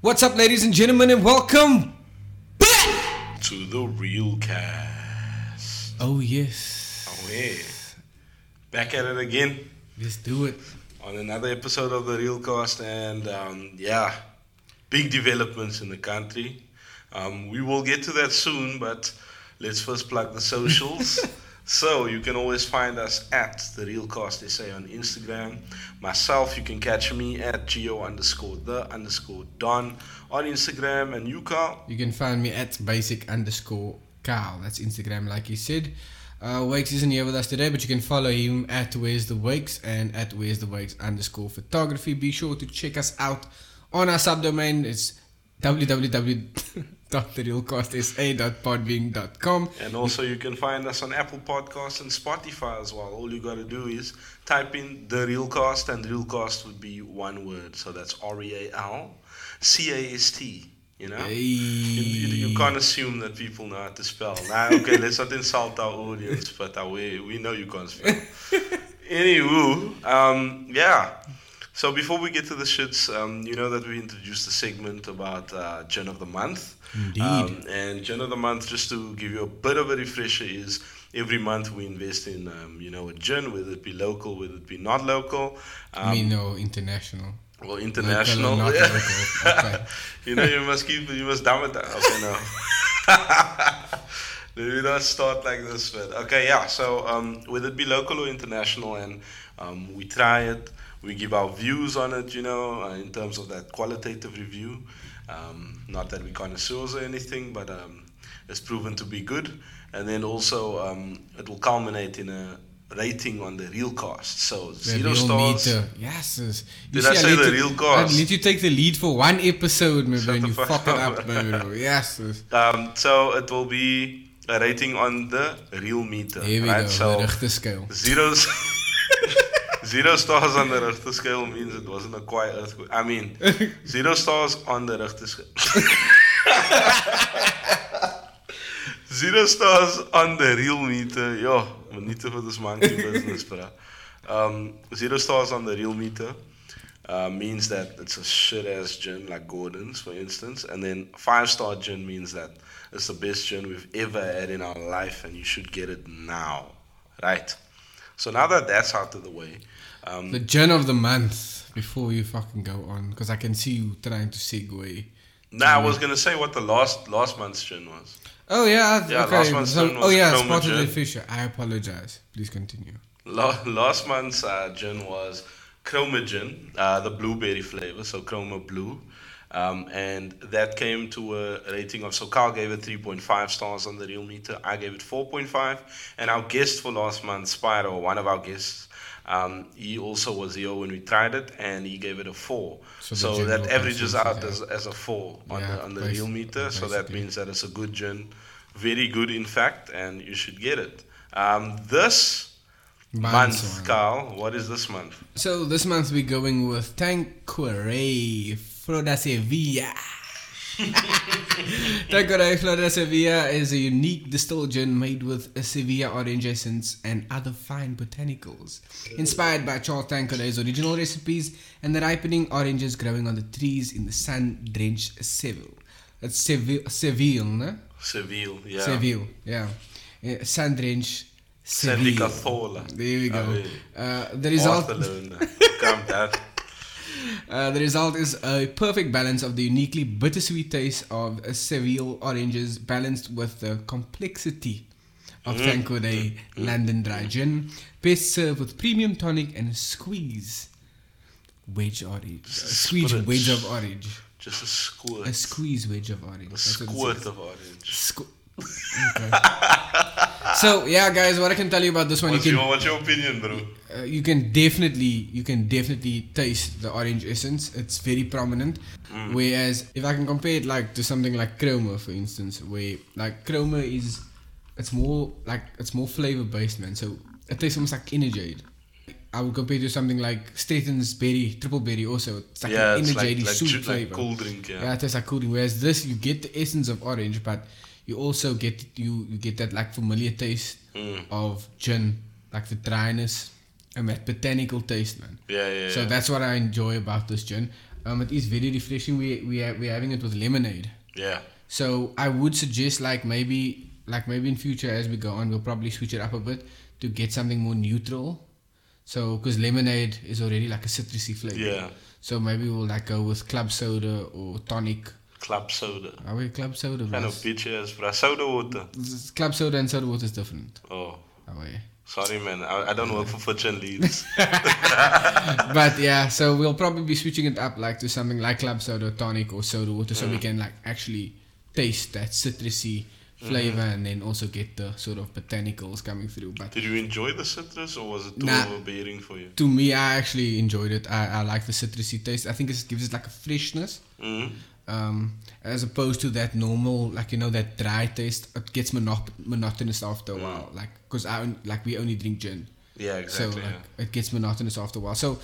What's up, ladies and gentlemen, and welcome back! to the real cast. Oh, yes. Oh yeah, back at it again Let's do it. on another episode of the real cast, and um, yeah, big developments in the country. Um, we will get to that soon, but let's first plug the socials. so you can always find us at the real cast SA on Instagram. Myself, you can catch me at geo underscore the underscore don on Instagram, and you Carl. You can find me at basic underscore Kyle. That's Instagram, like he said. Uh, Wakes isn't here with us today, but you can follow him at Where's the Wakes and at Where's the Wakes underscore photography. Be sure to check us out on our subdomain. It's www.therealcostsa.podbean.com. And also, you can find us on Apple Podcasts and Spotify as well. All you got to do is type in the real cost, and real cost would be one word. So that's R E A L C A S T. You know, you, you, E you can't assume that people know how to spell. Nah, okay, let's not insult our audience, but uh, we, we know you can't spell. Anywho, um, yeah. So before we get to the shits, um, you know that we introduced a segment about uh, Gen of the Month. Indeed. Um, and Gen of the Month, just to give you a bit of a refresher, is every month we invest in, um, you know, a gin, whether it be local, whether it be not local, I um, mean, no, international. well, international. Local or yeah. not local. Okay. you know, you must keep, you must dumb it down. Okay, no. Let me not start like this, but okay, yeah. So, um, whether it be local or international, and um, we try it, we give our views on it, you know, uh, in terms of that qualitative review. Um, not that we connoisseurs or anything, but um, it's proven to be good. And then also, um, it will culminate in a rating on the real cost. So, The zero real stars. meter. Yes. sis. You Did I say let the you- real cost? I let you take the lead for one episode, my bro, and the you fuck fuck it up. up, my bro. Yes. sis. Um, so it will be a rating on the real meter, Here we right? go. So the Richter scale. zeros, zero stars on the Richter scale means it wasn't a quiet earthquake. I mean, zero stars on the Richter scale. zero stars on the real meter. Ja, Yo, minuten voor this monkey business, bruh. Um, zero stars on the real meter. Uh, means that it's a shit ass gin like Gordon's, for instance, and then five star gin means that it's the best gin we've ever had in our life, and you should get it now, right? So now that that's out of the way, um, The gin of the month. Before you fucking go on, because I can see you trying to segue. now I was gonna say what the last last month's gin was. Oh yeah, Yeah, okay. last month's so, gin oh was yeah, Chroma spotted the gin. Fisher. I apologize. Please continue. La- last month's uh, gin was Chroma Gin, uh, the blueberry flavor, so Chroma Blue. Um, and that came to a rating of, so Carl gave it 3.5 stars on the real meter. I gave it 4.5. And our guest for last month, Spyro, one of our guests, um, he also was here when we tried it and he gave it a 4. So So, the general that averages consensus, yeah. out as, as a 4 on, Yeah, the, on the basi- real meter. So that basically. means that it's a good gin, very good in fact, and you should get it. Um, this month, one. Carl. What is this month? So this month we're going with Tanqueray Florida Sevilla. Tanqueray Florida Sevilla is a unique distilled gin made with a Sevilla orange essence and other fine botanicals. Inspired by Charles Tanqueray's original recipes and the ripening oranges growing on the trees in the sun-drenched Seville. That's Seville, Seville, no? Seville, yeah. Seville, yeah. yeah. Sun-drenched Sandy Seville. Cathola. There we Oh, go. yeah. Uh, the result Barcelona. Calm down. Uh, the result is a perfect balance of the uniquely bittersweet taste of uh, Seville oranges balanced with the complexity of Tanqueray London Dry Gin. Best served with premium tonic and a squeeze wedge orange. A squeeze squirt. wedge of orange. Just a squirt. A squeeze wedge of orange. A That's what it squirt says. of orange. Squ- okay. so yeah, guys, what I can tell you about this one, What's you can your, what's your opinion, bro? uh, you can definitely you can definitely taste the orange essence it's very prominent Mm. whereas if i can compare it like to something like chroma for instance where like chroma is it's more like it's more flavor based man so it tastes almost like energy i would compare it to something like Staten's berry triple berry also it's like yeah, an it's like, energy like, soup ju- like flavor cool drink, yeah. yeah. it tastes like cooling. Whereas this, you get the essence of orange, but you also get you you get that like familiar taste Mm. of gin, like the dryness and that botanical taste, man. Yeah, yeah, So yeah. that's what I enjoy about this gin. Um, it is very refreshing. We we ha- we're having it with lemonade. Yeah. So I would suggest like maybe like maybe in future as we go on we'll probably switch it up a bit to get something more neutral. So because lemonade is already like a citrusy flavor. Yeah. So maybe we'll like go with club soda or tonic. Club soda. Are we club soda? Kind of was- bitch ass, bruh. Soda water. s- Club soda and soda water is different. Oh, Are we? sorry, man. I, I don't work for Fitch and Leeds. but yeah, so we'll probably be switching it up like to something like club soda, tonic, or soda water, Mm. so we can like actually taste that citrusy Mm-hmm. flavor and then also get the sort of botanicals coming through. But Did you enjoy the citrus or was it too Nah. overbearing for you? to me, I actually enjoyed it. I, I like the citrusy taste. I think it gives it like a freshness. Mm. Um, as opposed to that normal, like you know, that dry taste, it gets monot- monotonous after Mm. a while. Like, cause I on- like we only drink gin. Yeah, exactly. so uh, like, yeah. it gets monotonous after a while. So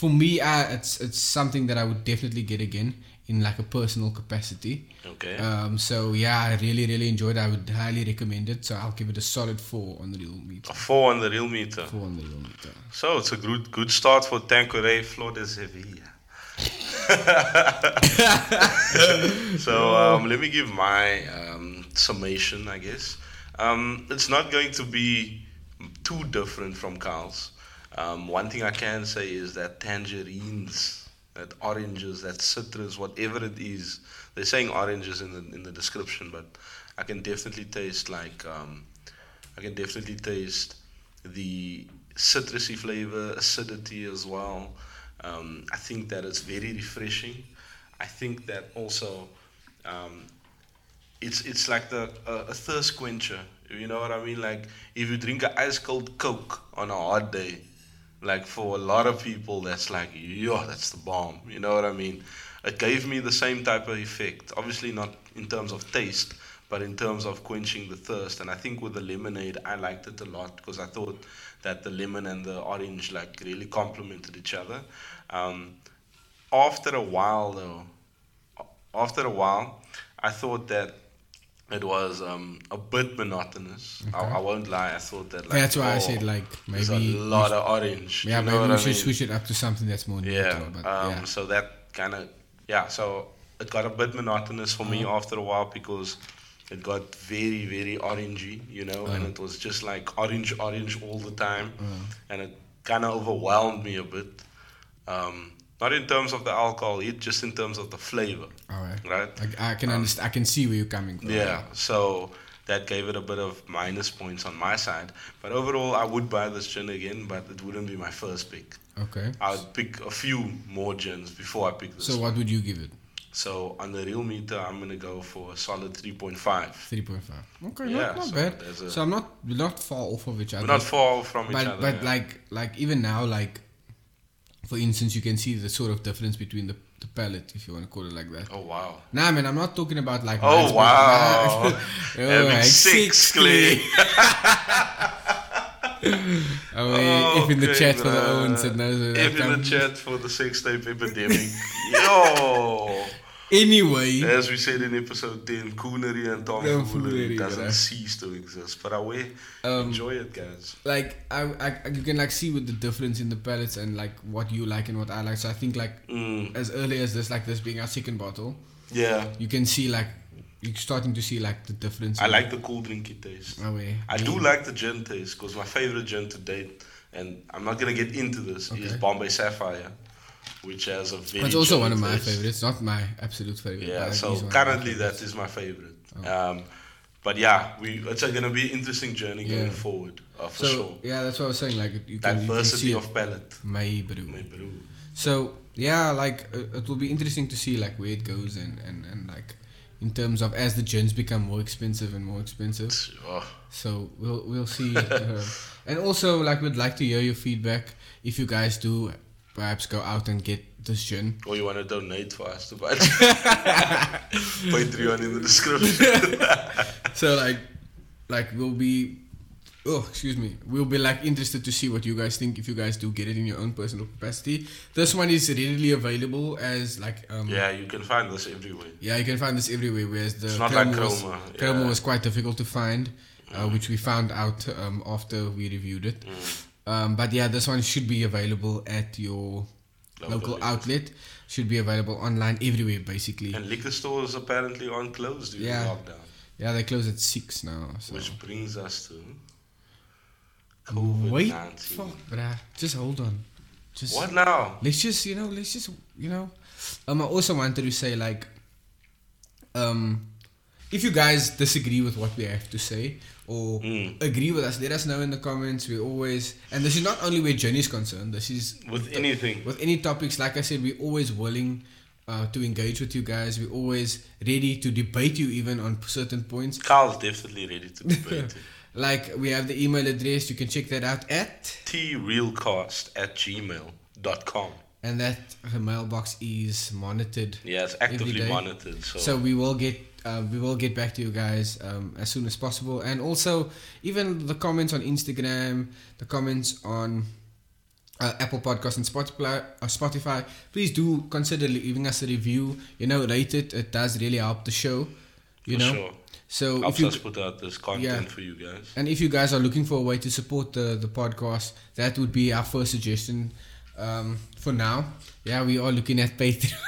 for me, I, it's it's something that I would definitely get again in like a personal capacity. Okay. Um, so yeah, I really really enjoyed. it. I would highly recommend it. So I'll give it a solid four on the real meter. A four on the real meter. Four on the real meter. So it's a good good start for Tanqueray Flores Sevilla. so um, let me give my um, summation, I guess. Um, it's not going to be too different from Carl's. Um, one thing I can say is that tangerines, that oranges, that citrus, whatever it is, they're saying oranges in the in the description, but I can definitely taste like um, I can definitely taste the citrusy flavor, acidity as well. Um, I think that it's very refreshing. I think that also um, it's it's like the a, a thirst quencher. You know what I mean? Like if you drink an ice cold Coke on a hot day, like for a lot of people, that's like yo, that's the bomb. You know what I mean? It gave me the same type of effect. Obviously not in terms of taste, but in terms of quenching the thirst. And I think with the lemonade, I liked it a lot because I thought that the lemon and the orange like really complemented each other. Um, after a while though after a while i thought that it was um, a bit monotonous I, I won't lie i thought that like that's why I oh, said like there's a maybe lot of orange yeah you know maybe we what I should mean? switch it up to something that's more yeah, neutral. But um, yeah. so that kind of yeah so it got a bit monotonous for Uh-huh. me after a while because it got very very orangey you know and Uh-huh. it was just like orange orange all the time and it kind of overwhelmed me a bit um, not in terms of the alcohol it just in terms of the flavor All right. right I, I can understand. I can see where you're coming from. um, yeah, so that gave it a bit of minus points on my side. But overall, I would buy this gin again, but it wouldn't be my first pick. Okay. I would pick a few more gins before I pick this. So what would you give it? So on the real meter, I'm gonna go for a solid 3.5. Three point five. Okay, Yeah, not, not so bad. there's a- so I'm not we're not far off of each other. We're not far from each but other. but yeah. like like even now like, for instance, you can see the sort of difference between the the palette, if you want to call it like that. oh wow. Nah, man, I'm not talking about like. Oh, mine's- wow. Oh, Having like six, Clay. Oh, eh, if in the Okay, chat for the bruh. Owens and those. that If in come- the chat for the sex tape epidemic. Yo. Anyway, As we said in episode 10, coonery and Yeah, tomfoolery foolery, doesn't bruh. cease to exist. But I will Um, enjoy it, guys. like I, I, I- you can like see with the difference in the palettes and like what you like and what I like. So I think like Mm. as early as this, like this being our second bottle, Yeah. you can see like you're starting to see like the difference. I in- like the cool drinky taste. Oh, yeah. I do like the gin taste because my favorite gin to date, and I'm not gonna get into this, is Okay. Bombay Sapphire, which has a very. That's also gin one of my taste. favorites. Not my absolute favorite. but Yeah. it So is one of my Oh. currently, that is my favorite. Um, but yeah, we it's gonna be an interesting journey going Yeah. forward uh, for So sure. yeah, that's what I was saying. Like you can, you can Diversity see of palate. my brew. My brew. So yeah, like uh, it will be interesting to see like where it goes and and and like in terms of as the gins become more expensive and more expensive. Oh, So we'll we'll see. uh, and also, like, we'd like to hear your feedback. If you guys do, perhaps go out and get this gin. or you want to donate for us to buy? Patreon in the description. So like, like we'll be. Oh, excuse me. We'll be like interested to see what you guys think if you guys do get it in your own personal capacity. This one is readily available as like um yeah, you can find this everywhere. yeah, you can find this everywhere. Whereas the It's not like was- Chroma, Chroma yeah. was quite difficult to find, uh, which we found out um, Mm. after we reviewed it. Um, but yeah, this one should be available at your local outlet should be available online everywhere basically. And liquor stores apparently aren't closed during Yeah. lockdown, Yeah, they close at six now. So. which brings us to COVID Wait, nineteen. fuck, bruh. uh, Just hold on. Just What now? let's just you know let's just you know. Um, I also wanted to say like, um, if you guys disagree with what we have to say or Mm. agree with us, let us know in the comments. We always and this is not only where Jenny's concerned. This is With anything. with any topics like i said we're always willing uh, to engage with you guys we're always ready to debate you even on certain points Carl's definitely ready to debate it. like we have the email address you can check that out at trealcast at gmail.com. and that uh, mailbox is monitored Yeah, it's Every actively day. monitored. So, so we will get uh, we will get back to you guys um, as soon as possible and also even the comments on instagram the comments on uh, apple podcast and spotify, uh, spotify please do consider leaving us a review you know rate it it does really help the show you for know sure. so if Helps you us put out this content for you guys. and if you guys are looking for a way to support the, the podcast, that would be our first suggestion um, for now. Yeah, we are looking at Patreon.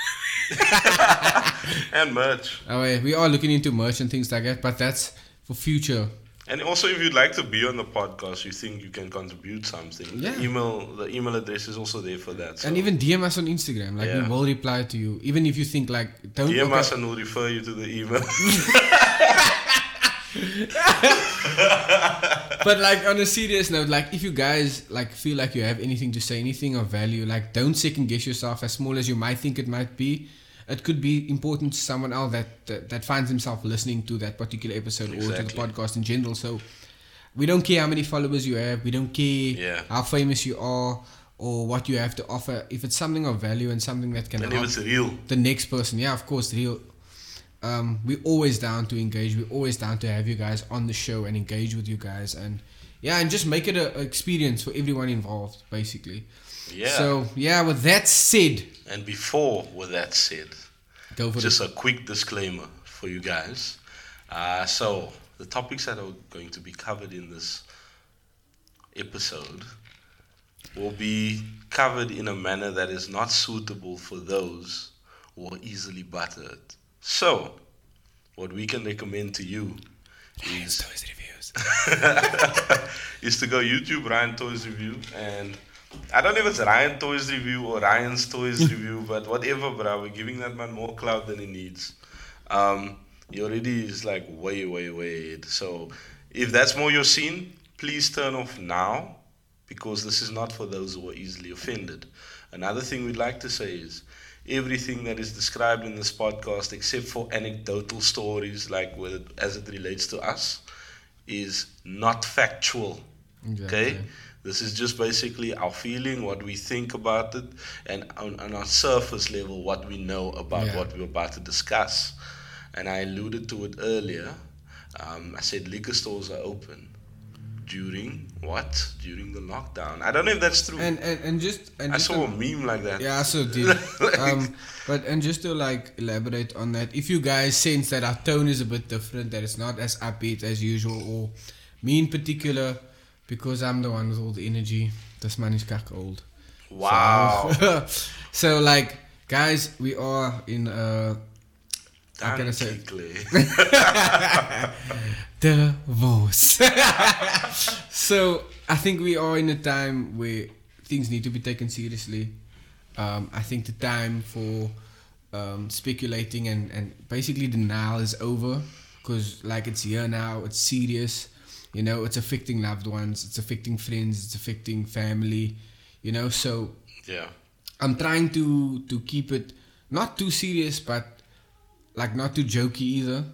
And merch. Oh, yeah, we are looking into merch and things like that, but that's for future. And also, if you'd like to be on the podcast, you think you can contribute something. Yeah. The email, the email address is also there for that. So And even DM us on Instagram. Like, Yeah. we will reply to you. Even if you think, like, don't DM look us at- and we'll refer you to the email. But, like, on a serious note, like, if you guys, like, feel like you have anything to say, anything of value, like, don't second guess yourself as small as you might think it might be. It could be important to someone else that, that, that finds himself listening to that particular episode or to the Exactly. podcast in general. So, we don't care how many followers you have. We don't care Yeah. how famous you are or what you have to offer. If it's something of value and something that can and if help it's real, the next person. Yeah, of course, real. Um, we're always down to engage. We're always down to have you guys on the show and engage with you guys, and yeah, and just make it a, a experience for everyone involved, basically. yeah. So yeah, with that said, and before, with that said, go for just a quick disclaimer for you guys. Uh, so, the topics that are going to be covered in this episode will be covered in a manner that is not suitable for those who are easily buttered. So, what we can recommend to you it. is Toys reviews. is to go YouTube Ryan Toys Review and I don't know if it's Ryan Toys Review or Ryan's Toys Review, but whatever, bro. We're giving that man more clout than he needs. Um, he already is like way, way, way ahead. So if that's more your scene, please turn off now because this is not for those who are easily offended. Another thing we'd like to say is everything that is described in this podcast, except for anecdotal stories, like with, as it relates to us, is not factual. Okay? Exactly. This is just basically our feeling, what we think about it, and on, on our surface level, what we know about Yeah. what we're about to discuss. And I alluded to it earlier. Um, I said liquor stores are open during what? During the lockdown. I don't know if that's true. And, and and just and I just saw a meme like that. Yeah, I so did. um, but and just to like elaborate on that, if you guys sense that our tone is a bit different, that it's not as upbeat as usual, or me in particular, because I'm the one with all the energy. This man is cack old. Wow. So, so, like, guys, we are in uh, how can I say? Danke. divorce. so I think we are in a time where things need to be taken seriously. Um, I think the time for um, speculating and, and basically denial is over because like it's here now, it's serious. You know, it's affecting loved ones, it's affecting friends, it's affecting family. You know, so yeah. I'm trying to to keep it not too serious, but like not too jokey either.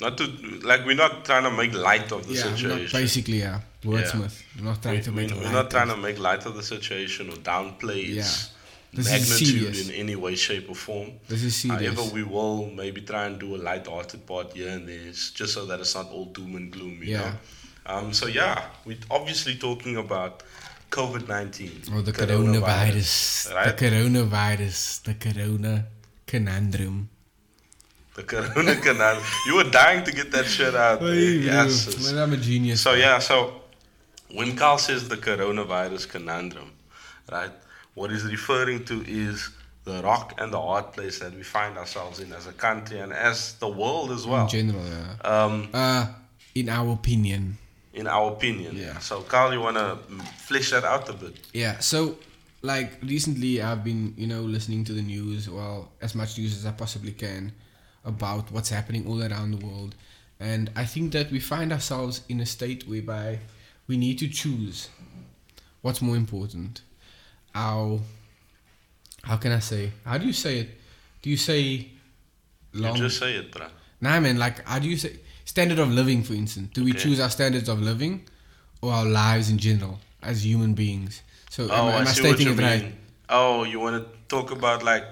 Not to like we're not trying to make light of the Yeah, I'm not situation. basically, yeah, wordsmith. I'm not trying We, to we- make. we're not trying to make light of the situation or downplay its Yeah. This is magnitude serious. in any way, shape, or form. This is serious. However, we will maybe try and do a light-hearted part here and there, s- just so that it's not all doom and gloom. You Yeah. know. Um, so yeah, we're obviously talking about COVID nineteen or Oh, the coronavirus, right? the coronavirus, the corona conundrum. The corona canal. You were dying to get that shit out. eh? Yes. it's- Man, I'm a genius. So yeah, so when Carl says the coronavirus conundrum, right? What he's referring to is the rock and the hard place that we find ourselves in as a country and as the world as well. in general. Yeah. Um, Uh, in our opinion. in our opinion. Yeah. So, Carl, you want to flesh that out a bit? Yeah. So, like recently, I've been you know listening to the news, well, as much news as I possibly can, about what's happening all around the world, and I think that we find ourselves in a state whereby we need to choose what's more important. Our how can I say? How do you say it? Do you say long? You just say it, bro. Nah, man. Like, how do you say standard of living? For instance, do we Okay. choose our standards of living or our lives in general as human beings? So, am, Oh, I- I, am I see what stating you it mean. right? Oh, you want to talk about like,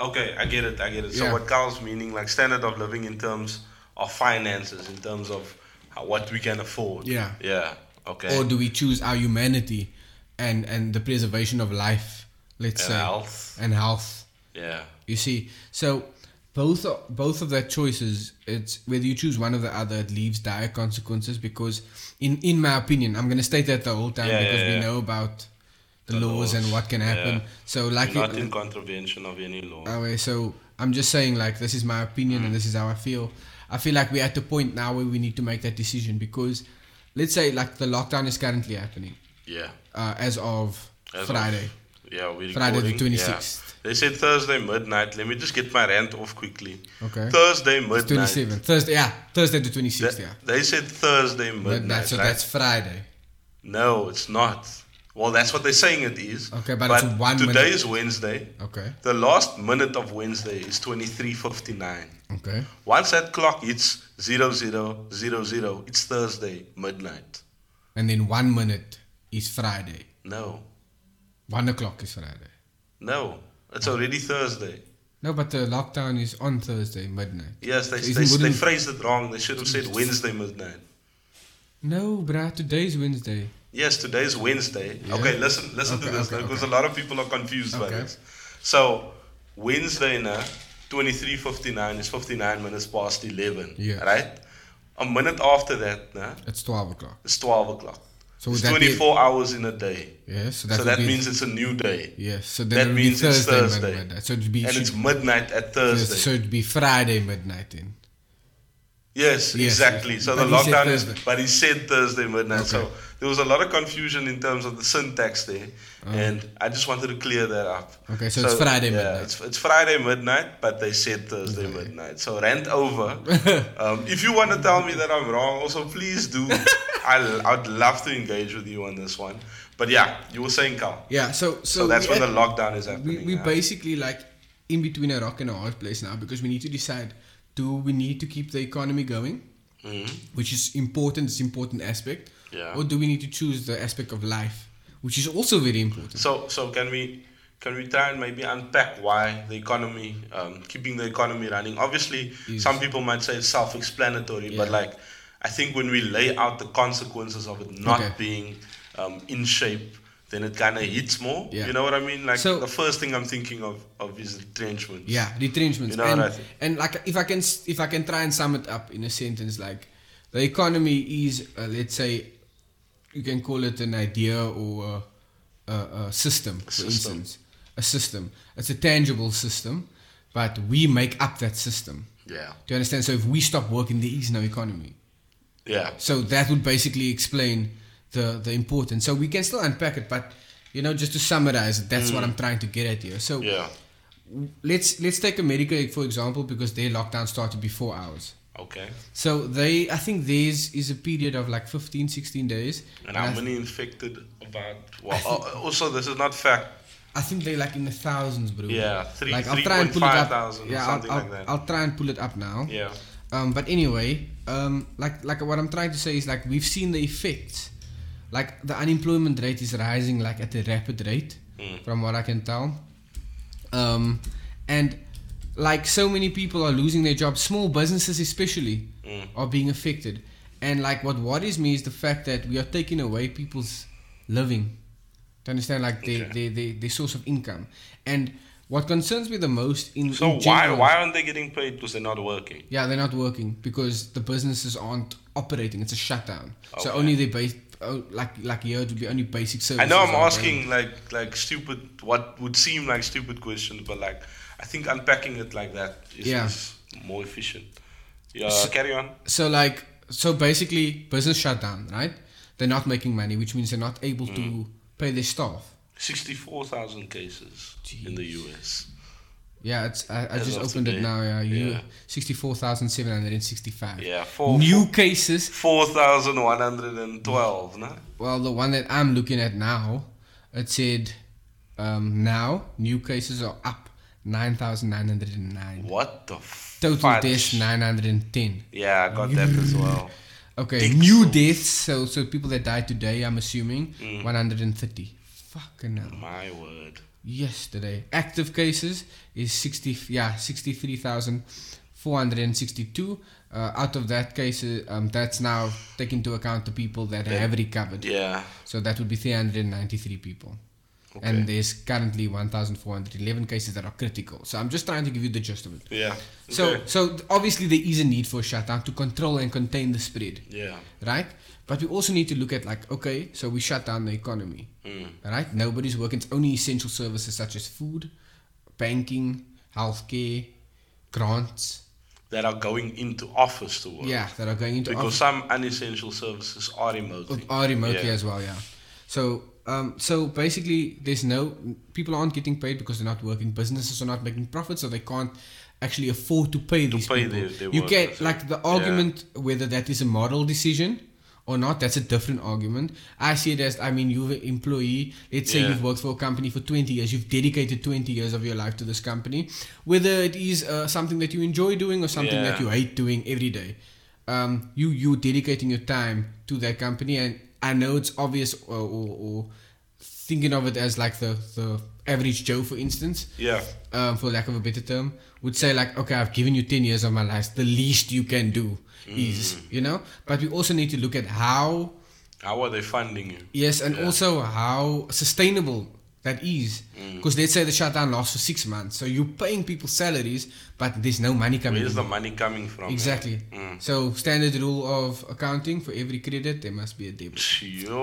okay, I get it, I get it. So Yeah. what Carl's meaning, like standard of living in terms of finances, in terms of how, what we can afford. Yeah. Yeah. Okay. Or do we choose our humanity and and the preservation of life? Let's And say health. and health. yeah. You see, so both o- both of their choices, it's whether you choose one or the other, it leaves dire consequences. Because, in in my opinion, I'm gonna state that the whole time Yeah, because yeah, we yeah. know about the, The laws, and laws, what can happen. yeah. So, like Not you- in contravention of any law. Okay, so I'm just saying, like, this is my opinion Mm. and this is how I feel. I feel like we're at the point now where we need to make that decision because, let's say, like, the lockdown is currently happening yeah. uh, as of As of- Friday. Yeah, we're Friday the recording, 26th. Yeah. They said Thursday midnight. Let me just get my rant off quickly. Okay. Thursday midnight. 27th. Thursday, yeah. Thursday the 26th, They, yeah. they said Thursday midnight. But that, so right? that's Friday. No, it's not. Well, that's what they're saying it is. Okay, but it's one today minute. is Wednesday. Okay. The last minute of Wednesday is 23:59. Okay. Once that clock hits 0000, it's Thursday midnight. And then one minute is Friday. No, One o'clock is Friday. no, it's already Thursday. No, but the lockdown is on Thursday, midnight. Yes, they, So they, isn't- they wouldn't- phrased it wrong. They should have said Wednesday midnight. No, bruh, today's Wednesday. Yes, today is Wednesday. Yeah. Okay, listen, listen to Okay, this okay, because a lot of people are confused by Okay. this. So Wednesday na twenty three fifty nine is fifty nine minutes past eleven. Yes. Right? A minute after that, na, It's 12 o'clock. it's twelve o'clock. So it's would that twenty be- four hours in a day. Yeah, so that, so would that be- means it's a new day. Yes, so then That it would be means it's Thursday, Thursday. midnight. So it'd be And should- it's midnight at Thursday. so it'd be Friday midnight then. Yes, Yes, exactly. yes. So But the he said lockdown is, Thursday. but he said Thursday midnight. So Okay. there was a lot of confusion in terms of the syntax there, and I just wanted to clear that up. Uh-huh. Okay, so it's Friday midnight. It's, it's Friday midnight, but they said Thursday midnight. So rant over. um, if you want to tell me that I'm wrong, also please do. I'll, I'd love to engage with you on this one. But yeah, you were saying Carl. Yeah, so so, So, that's we when the at- lockdown is we happening. we yeah. basically like in between a rock and a hard place now because we need to decide do we need to keep the economy going, Mhm. which is important, it's important aspect, Yeah. or do we need to choose the aspect of life, which is also very important. So, so can we can we try and maybe unpack why the economy, um, keeping the economy running? Obviously, Is- some people might say it's self-explanatory, but Yeah. like I think when we lay out the consequences of it not Okay. being um, in shape, then it kind of hits more. Yeah. You know what I mean? Like So- the first thing I'm thinking of of is retrenchment. Yeah, retrenchments. You know and, what I think? and like if I can s- if I can try and sum it up in a sentence, like the economy is uh, let's say you can call it an idea or a, a, a system, for system. instance, a system. It's a tangible system, but we make up that system. Yeah. Do you understand? So if we stop working, there is no economy. Yeah. So that would basically explain the the importance. So we can still unpack it, but you know, just to summarize, it, that's Mm. what I'm trying to get at here. So Yeah. let's let's take America for example because their lockdown started before ours. Okay. So they I think theirs is a period of like 15 16 days. And how I, many infected? About well, al- also this is not fact. I think they're like in the thousands, bro. Yeah, three- like I'll three try and point pull it five up. thousand or yeah, something I'll, like I'll, that. I'll try and pull it up now. Yeah. Um, but anyway, um, like like what I'm trying to say is like we've seen the effects. Like the unemployment rate is rising like at a rapid rate, Mm. from what I can tell. Um, and like so many people are losing their jobs, small businesses especially Mm. are being affected. And like what worries me is the fact that we are taking away people's living. To understand, like their, their, their, their source of income. And what concerns me the most in So in why general- why aren't they getting paid because they're not working? yeah, they're not working because the businesses aren't operating. It's a shutdown. So Okay. only their base, oh, like like here it would be only basic I services. know I'm like asking like like stupid what would seem like stupid questions, but like I think unpacking it like that is, Yeah. is more efficient. Yeah, So- carry on. that. So like so basically business shut down, right? They're not making money, which means they're not able Mm. to pay their staff. Sixty-four thousand cases in the US. Yeah, it's I, I As just of opened today. it now. Yeah, you Yeah. sixty-four thousand seven hundred and sixty-five. Yeah, four New cases four thousand one hundred and twelve. No, Well, the one that I'm looking at now, it said um, now new cases are up 9,909. what the f- Total fudge? deaths 910. Yeah, I got that as well. Okay, Dick new so- deaths, so so people that died today, I'm assuming, Mm. 130. Fucking hell. My word. Yesterday, active cases is 60 yeah, 63,462. Uh, out of that cases, um, that's now take into account the people that have recovered. Yeah. So that would be 393 people. And there's currently 1,411 cases that are critical. So I'm just trying to give you the gist of it. Yeah. So, Okay. so obviously there is a need for a shutdown to control and contain the spread, yeah. right? But we also need to look at like, okay, so we shut down the economy, right? Nobody's working. It's only essential services such as food, banking, healthcare, grants, That are going into office to work. yeah, that are going into Because office- some unessential services are remotely. Are remotely Yeah. as well, yeah. So, um, so basically, there's no people aren't getting paid because they're not working. Businesses are not making profits, so they can't actually afford to pay these pay people. their- their you workers, get yeah. like the argument whether that is a moral decision or not. That's a different argument. I see it as, I mean, you're an employee. Let's say Yeah. you've worked for a company for 20 years. You've dedicated 20 years of your life to this company. Whether it is uh, something that you enjoy doing or something that Yeah. you hate doing every day. Um, you you dedicating your time to that company, and I know it's obvious or, or, or thinking of it as like the the average Joe, for instance, Yeah. um, for lack of a better term, would say like, okay, I've given you ten years of my life. The least you can do Mm. is you know. But we also need to look at how How are they funding you? yes, and also how sustainable that is. Mm. Because let's say the shutdown lasts for six months, so you're paying people salaries, but there's no money coming. Where's in. the money coming from? Exactly. So standard rule of accounting for every credit there must be a debit.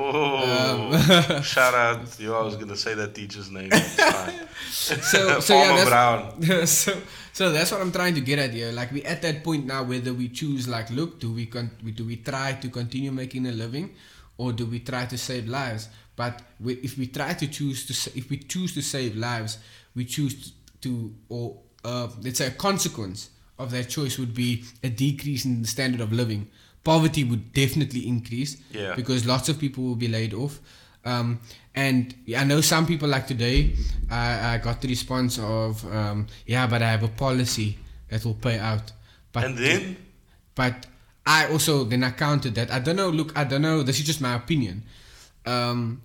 Yo. Um, Shout out. Yo, I was going to say that teacher's name. It's fine. So so Farmer yeah, Brown. that's so so that's what I'm trying to get at here. Like we at that point now whether we choose like look do we con- we do we try to continue making a living or do we try to save lives? But we, if we try to choose to sa- if we choose to save lives, we choose to or uh, let's say a consequence of that choice would be a decrease in the standard of living. Poverty would definitely increase Yeah. because lots of people will be laid off. Um, and I know some people like today, I, I got the response of, um, yeah, but I have a policy that will pay out. But And then? but I also then I counted that. I don't know. Look, I don't know. This is just my opinion. Um,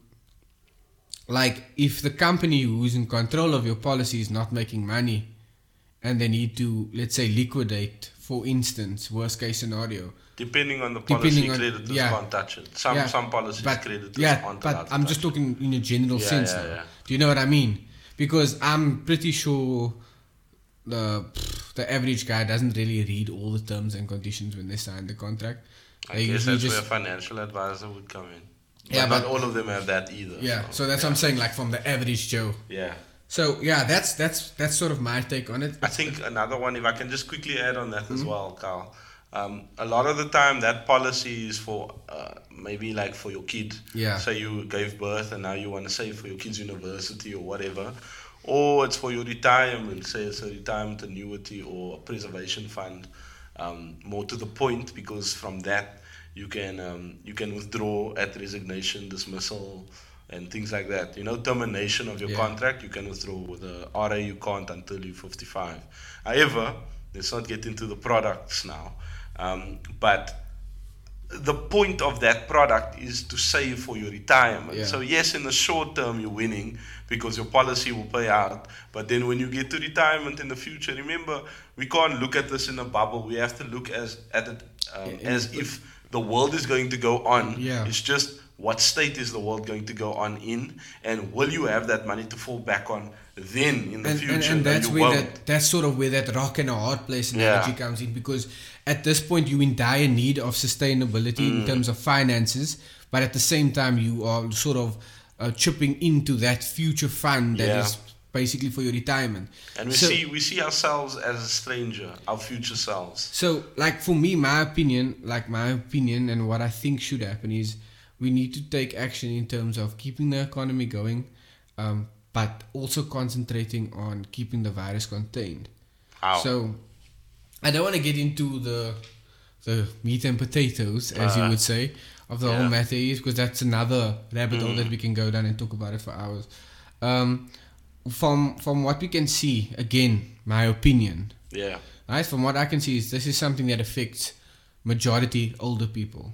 like if the company who's in control of your policy is not making money, and they need to let's say liquidate, for instance, worst case scenario. Depending on the policy, Depending on- creditors yeah. can't touch it. Some, Yeah, some policies, but- creditors Yeah, aren't allowed but to I'm touch just it. talking in a general Yeah, sense yeah, now. yeah. Do you know what I mean? Because I'm pretty sure the pff, the average guy doesn't really read all the terms and conditions when they sign the contract. I They guess usually that's just- where a financial advisor would come in. But Yeah, not but- all of them have that either. Yeah, so that's what I'm saying, like from the average Joe. Yeah. So yeah, that's that's that's sort of my take on it. I think another one, if I can just quickly add on that as Mm-hmm. well, Carl. Um, a lot of the time, that policy is for uh, maybe like for your kid. Yeah. Say you gave birth and now you want to save for your kid's university or whatever. Or it's for your retirement, say it's a retirement annuity or a preservation fund. Um, more to the point, because from that you can um, you can withdraw at resignation, dismissal, and things like that. You know, termination of your Yeah. contract contract, you can withdraw with the RA, you can't until you're 55. However, let's not get into the products now. Um, but the point of that product is to save for your retirement. Yeah. So, yes, in the short term, you're winning because your policy will pay out. But then when you get to retirement in the future, remember, we can't look at this in a bubble. We have to look as at it um, Yeah, in as the- if the world is going to go on. Yeah. It's just what state is the world going to go on in, and will you have that money to fall back on then in the and, future? and, and No, that's you where won't. that that's sort of where that rock and a hard place Yeah. analogy comes in because at this point you're in dire need of sustainability Mm. in terms of finances, but at the same time you are sort of uh, chipping into that future fund that is Yeah. basically for your retirement. And we So- see we see ourselves as a stranger, our future selves. So, like for me, my opinion, like my opinion, and what I think should happen is we need to take action in terms of keeping the economy going, um, but also concentrating on keeping the virus contained. How? So, I don't want to get into the the meat and potatoes, as you Uh, would say, of the yeah. Mm. whole matter is because that's another rabbit hole that we can go down and talk about it for hours. Um, from from what we can see, again, my opinion, yeah. right? From what I can see, is this is something that affects majority older people,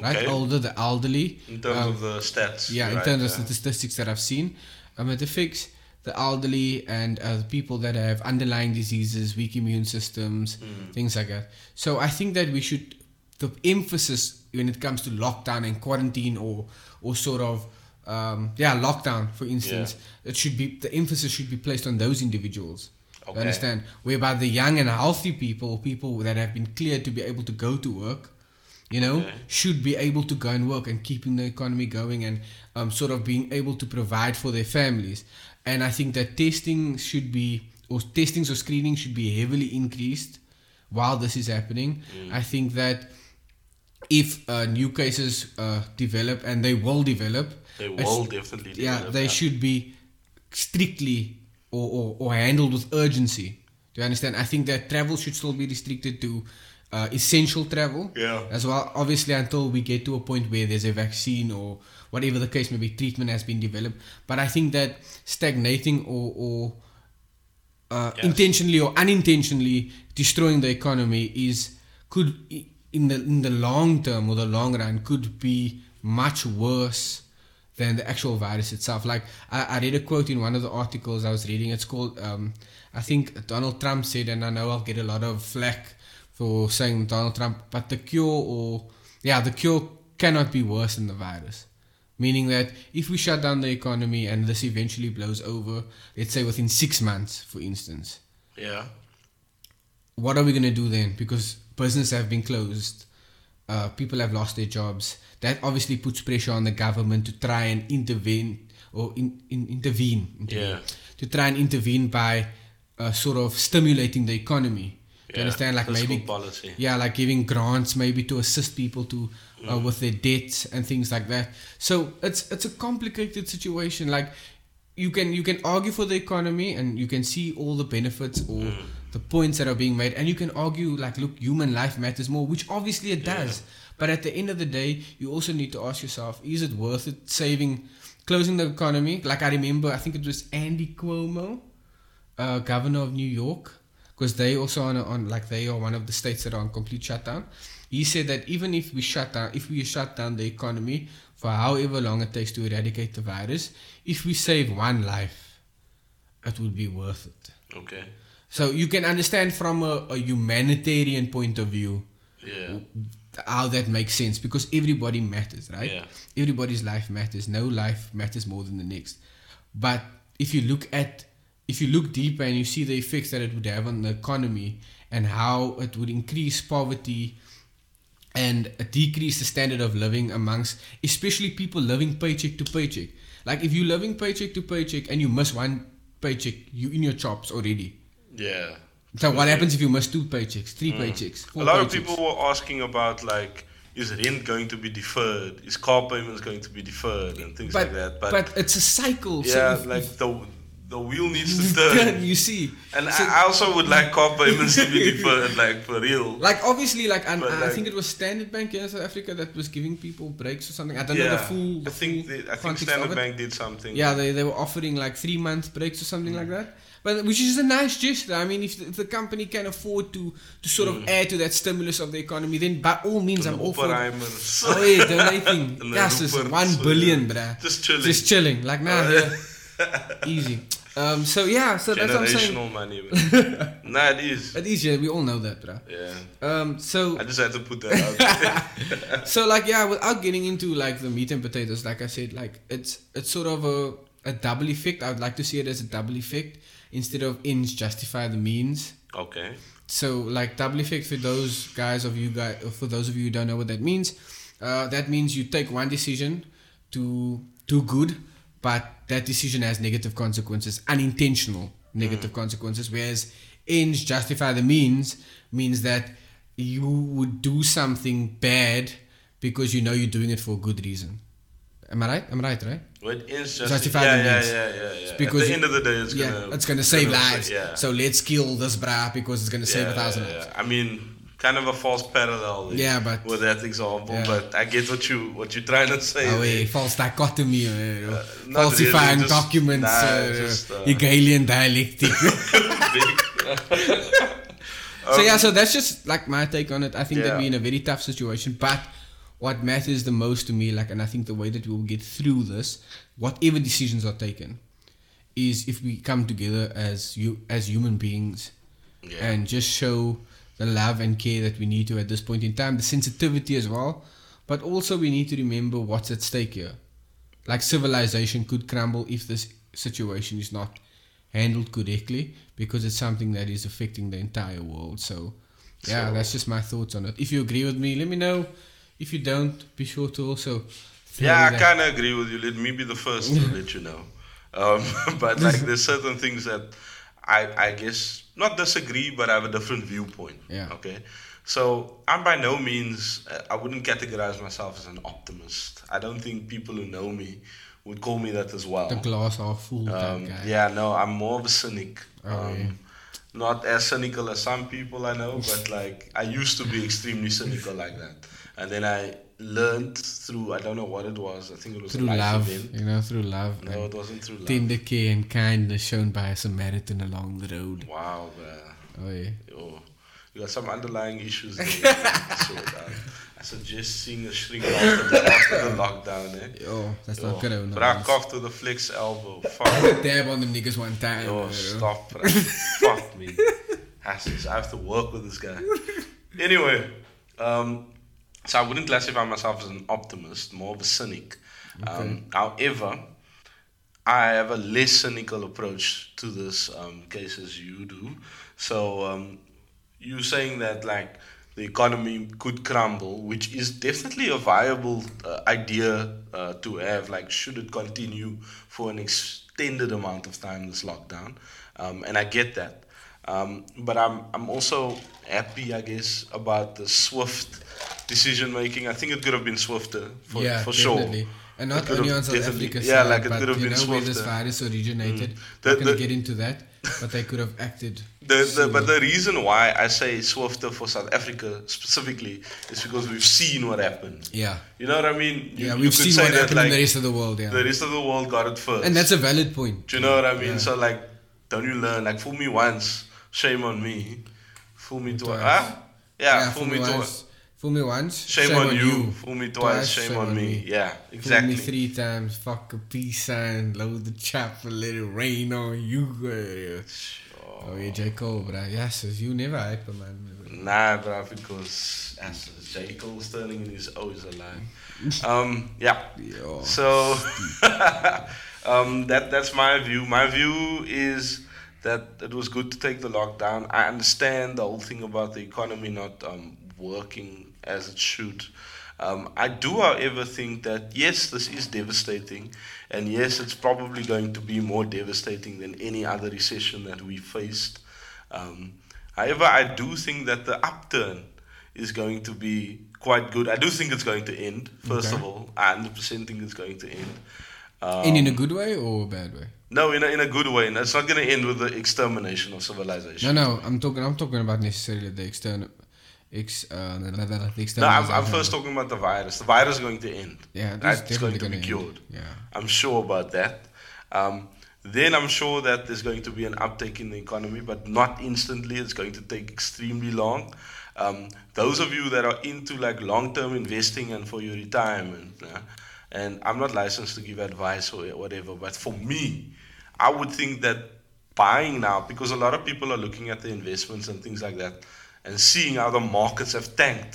right? Okay. Older, the elderly. In terms um, of the stats. yeah, in right, terms of yeah. statistics that I've seen, um, it affects the elderly and uh, the people that have underlying diseases, weak immune systems, Mm. things like that. So I think that we should the emphasis when it comes to lockdown and quarantine or or sort of um, yeah lockdown for instance it should be the emphasis should be placed on those individuals You Okay. understand whereby the young and healthy people people that have been cleared to be able to go to work you know Okay. should be able to go and work and keeping the economy going and um, sort of being able to provide for their families. And I think that testing should be, or testings or screening should be heavily increased while this is happening. Mm. I think that if uh, new cases uh, develop, and they will develop, They it's- will definitely yeah, develop they that. should be strictly or, or, or handled with urgency. Do you understand? I think that travel should still be restricted to uh, essential travel. Yeah. As well, obviously, until we get to a point where there's a vaccine or whatever the case may be, treatment has been developed. But I think that stagnating or, or uh, Yes. intentionally or unintentionally destroying the economy is could i- in the in the long term or the long run could be much worse than the actual virus itself. Like I, I read a quote in one of the articles I was reading. It's called um, I think Donald Trump said, and I know I'll get a lot of flack for saying Donald Trump, but the cure or yeah, the cure cannot be worse than the virus. Meaning that if we shut down the economy and this eventually blows over, let's say within six months, for instance, Yeah. what are we going to do then? Because business have been closed, uh, people have lost their jobs. That obviously puts pressure on the government to try and intervene or in, in, intervene, intervene, Yeah. to try and intervene by uh, sort of stimulating the economy. Do You Yeah. understand? Like Fiscal maybe policy. yeah, like giving grants maybe to assist people to uh, with their debts and things like that. So it's it's a complicated situation. Like you can you can argue for the economy and you can see all the benefits or the points that are being made, and you can argue like, look, human life matters more, which obviously it does. But at the end of the day, you also need to ask yourself: Is it worth it saving, closing the economy? Like I remember, I think it was Andy Cuomo uh, governor of New York, because they also on, on like they are one of the states that are on complete shutdown. He said that even if we shut down, if we shut down the economy for however long it takes to eradicate the virus, if we save one life, it would be worth it. Okay. So you can understand from a, a humanitarian point of view Yeah. how that makes sense because everybody matters, right? Yeah. Everybody's life matters. No life matters more than the next. But if you look at if you look deeper and you see the effects that it would have on the economy and how it would increase poverty and decrease the standard of living amongst especially people living paycheck to paycheck. Like if you're living paycheck to paycheck and you miss one paycheck, you in your chops already. Yeah. So what happens if you miss two paychecks, three paychecks, four a lot paychecks? of people were asking about like is rent going to be deferred? Is car payments going to be deferred and things like that? But, it's a cycle. yeah, so if- like the the wheel needs to if turn. done, you see. And So, I I also would like car payments to be deferred, like for real. like obviously, like and But, I like- think it was Standard Bank here in South Africa that was giving people breaks or something. I don't know the yeah, full. I the think full the, I think context of Standard it. Bank did something. Yeah, they, they were offering like three month breaks or something Mm. like that. But which is a nice gesture. I mean, if the, if the company can afford to to sort of Mm. add to that stimulus of the economy, then by all means, I'm all for it. Oppenheimers. Oh yeah, donating. And the Yes, it's Ruperts, one yeah. Oh, billion, bruh. Just chilling. Just chilling. Like nah, yeah. easy. Um, so yeah, so that's what I'm saying. Generational money, man. nah, it is. It is, yeah, we all know that, bruh. Yeah. Um, so I just had to put that out there. so like yeah without getting into like the meat and potatoes like i said like it's it's sort of a, a double effect i'd like to see it as a double effect instead of ends justify the means okay. so like double effect for those guys of you guys for those of you who don't know what that means uh, that means you take one decision to do good but that decision has negative consequences unintentional negative Mm. consequences whereas ends justify the means means that you would do something bad because you know you're doing it for a good reason am i right i'm right right What ends Justify yeah, the yeah, means. yeah, yeah, yeah. because At the you- end of the day, it's yeah gonna it's gonna save lives Yeah. so let's kill this bra because it's gonna save a thousand lives I mean, kind of a false parallel. with- Yeah, but- with that example, Yeah. but I get what you what you're trying to say. Oh, there. hey, false dichotomy, uh, not falsifying really, just- documents, nah, uh, just, uh, Hegelian dialectic. so yeah, so that's just like my take on it. I think Um, Yeah. that we're in a very tough situation, but what matters the most to me, like, and I think the way that we will get through this, whatever decisions are taken, is if we come together as you as human beings Yeah. and just show the love and care that we need to at this point in time, the sensitivity as well. But also, we need to remember what's at stake here. Like, civilization could crumble if this situation is not handled correctly because it's something that is affecting the entire world. So, yeah, So- that's just my thoughts on it. If you agree with me, let me know. If you don't, be sure to also. throw Yeah, I that- kind of agree with you. Let me be the first to let you know. Um, but like, there's certain things that I, I guess not disagree, but I have a different viewpoint. Yeah. Okay. So I'm by no means. uh, I wouldn't categorize myself as an optimist. I don't think people who know me would call me that as well. The glass half full. type Um, guy. yeah, no, I'm more of a cynic. Oh, um, yeah. Not as cynical as some people I know, but like I used to be extremely cynical like that. And then I learned through, I don't know what it was, I think it was Through a life love, event. you know, through love. and- No, it wasn't through love. tender care and kindness shown by a Samaritan along the road. Wow, bruh. Oh yeah. Yo, you got some underlying issues there. man, to sort out. I suggest seeing a shrink after the, after the lockdown, eh? Oh, that's Yo, not corona. but I man. coughed with a flex elbow. Fuck. Dab on them niggas one time. Oh, bro. stop. bro. Fuck me. Hassles. I have to work with this guy. Anyway, um, so I wouldn't classify myself as an optimist, more of a cynic. Um, however, I have a less cynical approach to this um, case as you do. So um, you saying that like the economy could crumble, which is definitely a viable uh, idea uh, to have. Like, should it continue for an extended amount of time this lockdown? Um, and I get that, um, but I'm I'm also happy, I guess, about the swift decision making. I think it could have been swifter for yeah, for definitely. sure. And It not could only have on South definitely- Africa, yeah, side, like it but could have you been know where this swifter. virus originated. The- We're gonna the- get into that, but they could have acted. The, the, sooner. but the reason why I say swifter for South Africa specifically is because we've seen what happened. yeah, You know what I mean? You, yeah, you we've could seen say what that, happened like, in the rest of the world. Yeah, the rest of the world got it first. and that's a valid point. Do you know what I mean? Yeah. So like, don't you learn? Like, fool me once, shame on me. Fool me twice. Twice. Huh? Yeah, fool me twice. Fool me once. Shame, on, you. Fool me twice, shame, on me. Yeah, exactly. Fool me three times. Fuck a peace sign. Load the chapel. Let it rain on you. Sure. Oh yeah, J Cole, bro. Yes, if you never hyper man. Nah, bruh, because as J. Cole Sterling in his O's alive. Um, yeah. Yo. So um, that that's my view. My view is that it was good to take the lockdown. I understand the whole thing about the economy not um, working as it should. Um, I do, however, think that yes, this is devastating, and yes, it's probably going to be more devastating than any other recession that we faced. Um, however, I do think that the upturn is going to be quite good. I do think it's going to end, first Okay. of all. I 100% think it's going to end. Um, And in a good way or a bad way? no, in a, in a good way. And it's not going to end with the extermination of civilization. No, no. I'm talking. I'm talking about necessarily the external. Ex, uh, the- the- the- the No, external. I'm, I'm first talking about the virus. The virus is going to end. Yeah, this is That's going definitely to be gonna cured. end. Yeah. I'm sure about that. Um, then I'm sure that there's going to be an uptake in the economy, but not instantly. It's going to take extremely long. Um, those of you that are into like long-term investing and for your retirement, uh, and I'm not licensed to give advice or whatever, but for me, I would think that buying now because a lot of people are looking at the investments and things like that and seeing how the markets have tanked.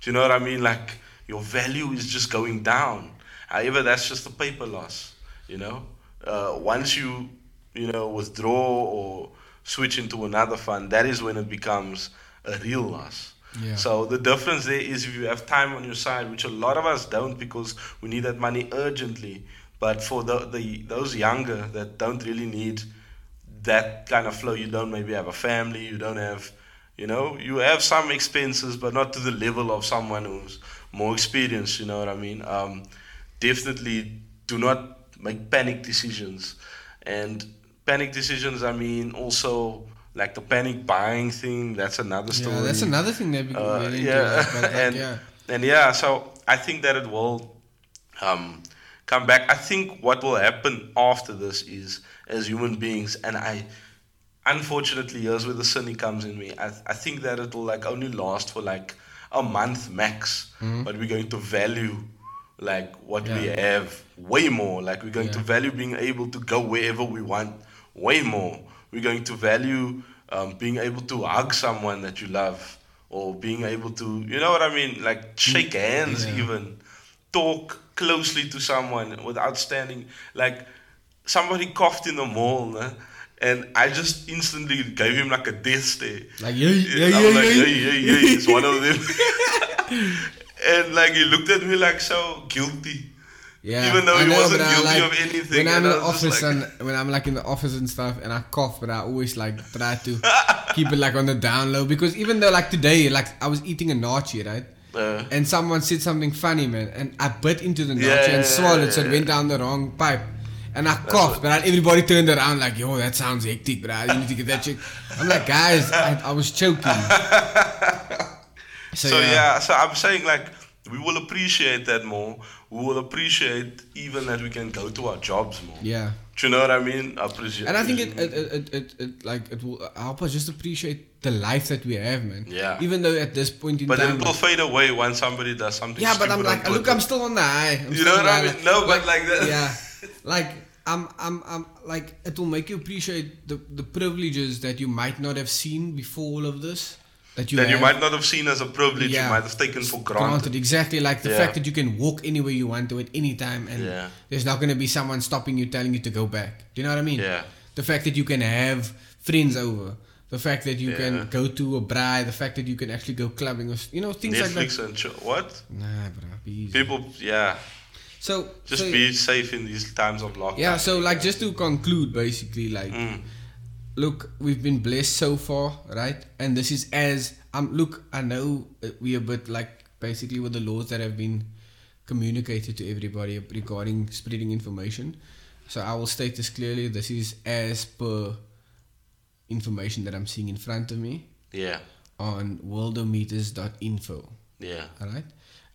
Do you know what I mean? Like your value is just going down. However, that's just the paper loss. You know, uh, once you you know withdraw or switch into another fund, that is when it becomes a real loss. Yeah. So the difference there is if you have time on your side, which a lot of us don't because we need that money urgently. But for the, the those younger that don't really need that kind of flow, you don't maybe have a family, you don't have, you know, you have some expenses, but not to the level of someone who's more experienced. You know what I mean? Um, definitely do not make panic decisions, and panic decisions. I mean also like the panic buying thing. That's another story. Yeah, that's another thing that we Uh, really into, yeah, like, but, like, and yeah. and yeah, so I think that it will um, come back. I think what will happen after this is, as human beings, and I, unfortunately, here's where the cynic comes in me. I, I think that it will like only last for like a month max, but we're going to value like what we Hmm. Yeah. have way more. Like we're going to Yeah. value being able to go wherever we want way more. We're going to value um, being able to hug someone that you love or being able to, you know what I mean? Like shake hands, Yeah. even talk closely to someone without standing. Like somebody coughed in the mall, né? and I just instantly gave him like a death stare. Like, yeah, yeah, I yeah, was like, yeah. yeah, yeah, yeah, it's one of them. and like he looked at me like so guilty. Yeah, Even though I he know, wasn't but I guilty like- of anything, When I'm and in I the was just office like- and when I'm like in the office and stuff, and I cough, but I always like try to keep it like on the down low because even though like today, like I was eating a nachi, right? Uh. and someone said something funny, man, and I bit into the nachi Yeah, yeah, and swallowed, so it yeah, went down the wrong pipe. And I coughed, but everybody turned around like, "Yo, that sounds hectic, but I need to get that checked." I'm like, guys, I, I was choking. So, yeah. so I'm saying like we will appreciate that more. We will appreciate even that we can go to our jobs more. yeah. Do you know what I mean? Appreciate. And I think it, it, it, it, it, it like it will help us just appreciate the life that we have, man. Yeah. Even though at this point in but time, then it'll fade away when somebody does something. yeah, but I'm stupid on like, look, Twitter. I'm still on the high. I'm You still know on what the I high, mean? No, but like that. yeah, like I'm, I'm, I'm like it will make you appreciate the the privileges that you might not have seen before all of this. That you That you have. might not have seen as a privilege. Yeah. You might have taken for granted. granted exactly like the Yeah. fact that you can walk anywhere you want to at any time and Yeah. there's not going to be someone stopping you telling you to go back do you know what i mean Yeah. the fact that you can have friends over the fact that you Yeah. can go to a braai the fact that you can actually go clubbing or s- you know things like Netflix that and chill. what? nah bro be easy. People, yeah, so just so- be safe in these times of lockdown. yeah so like just to conclude basically like look we've been blessed so far right and this is as um look i know uh, we are but like basically with the laws that have been communicated to everybody regarding spreading information so i will state this clearly this is as per information that i'm seeing in front of me yeah, on worldometers.info yeah. all right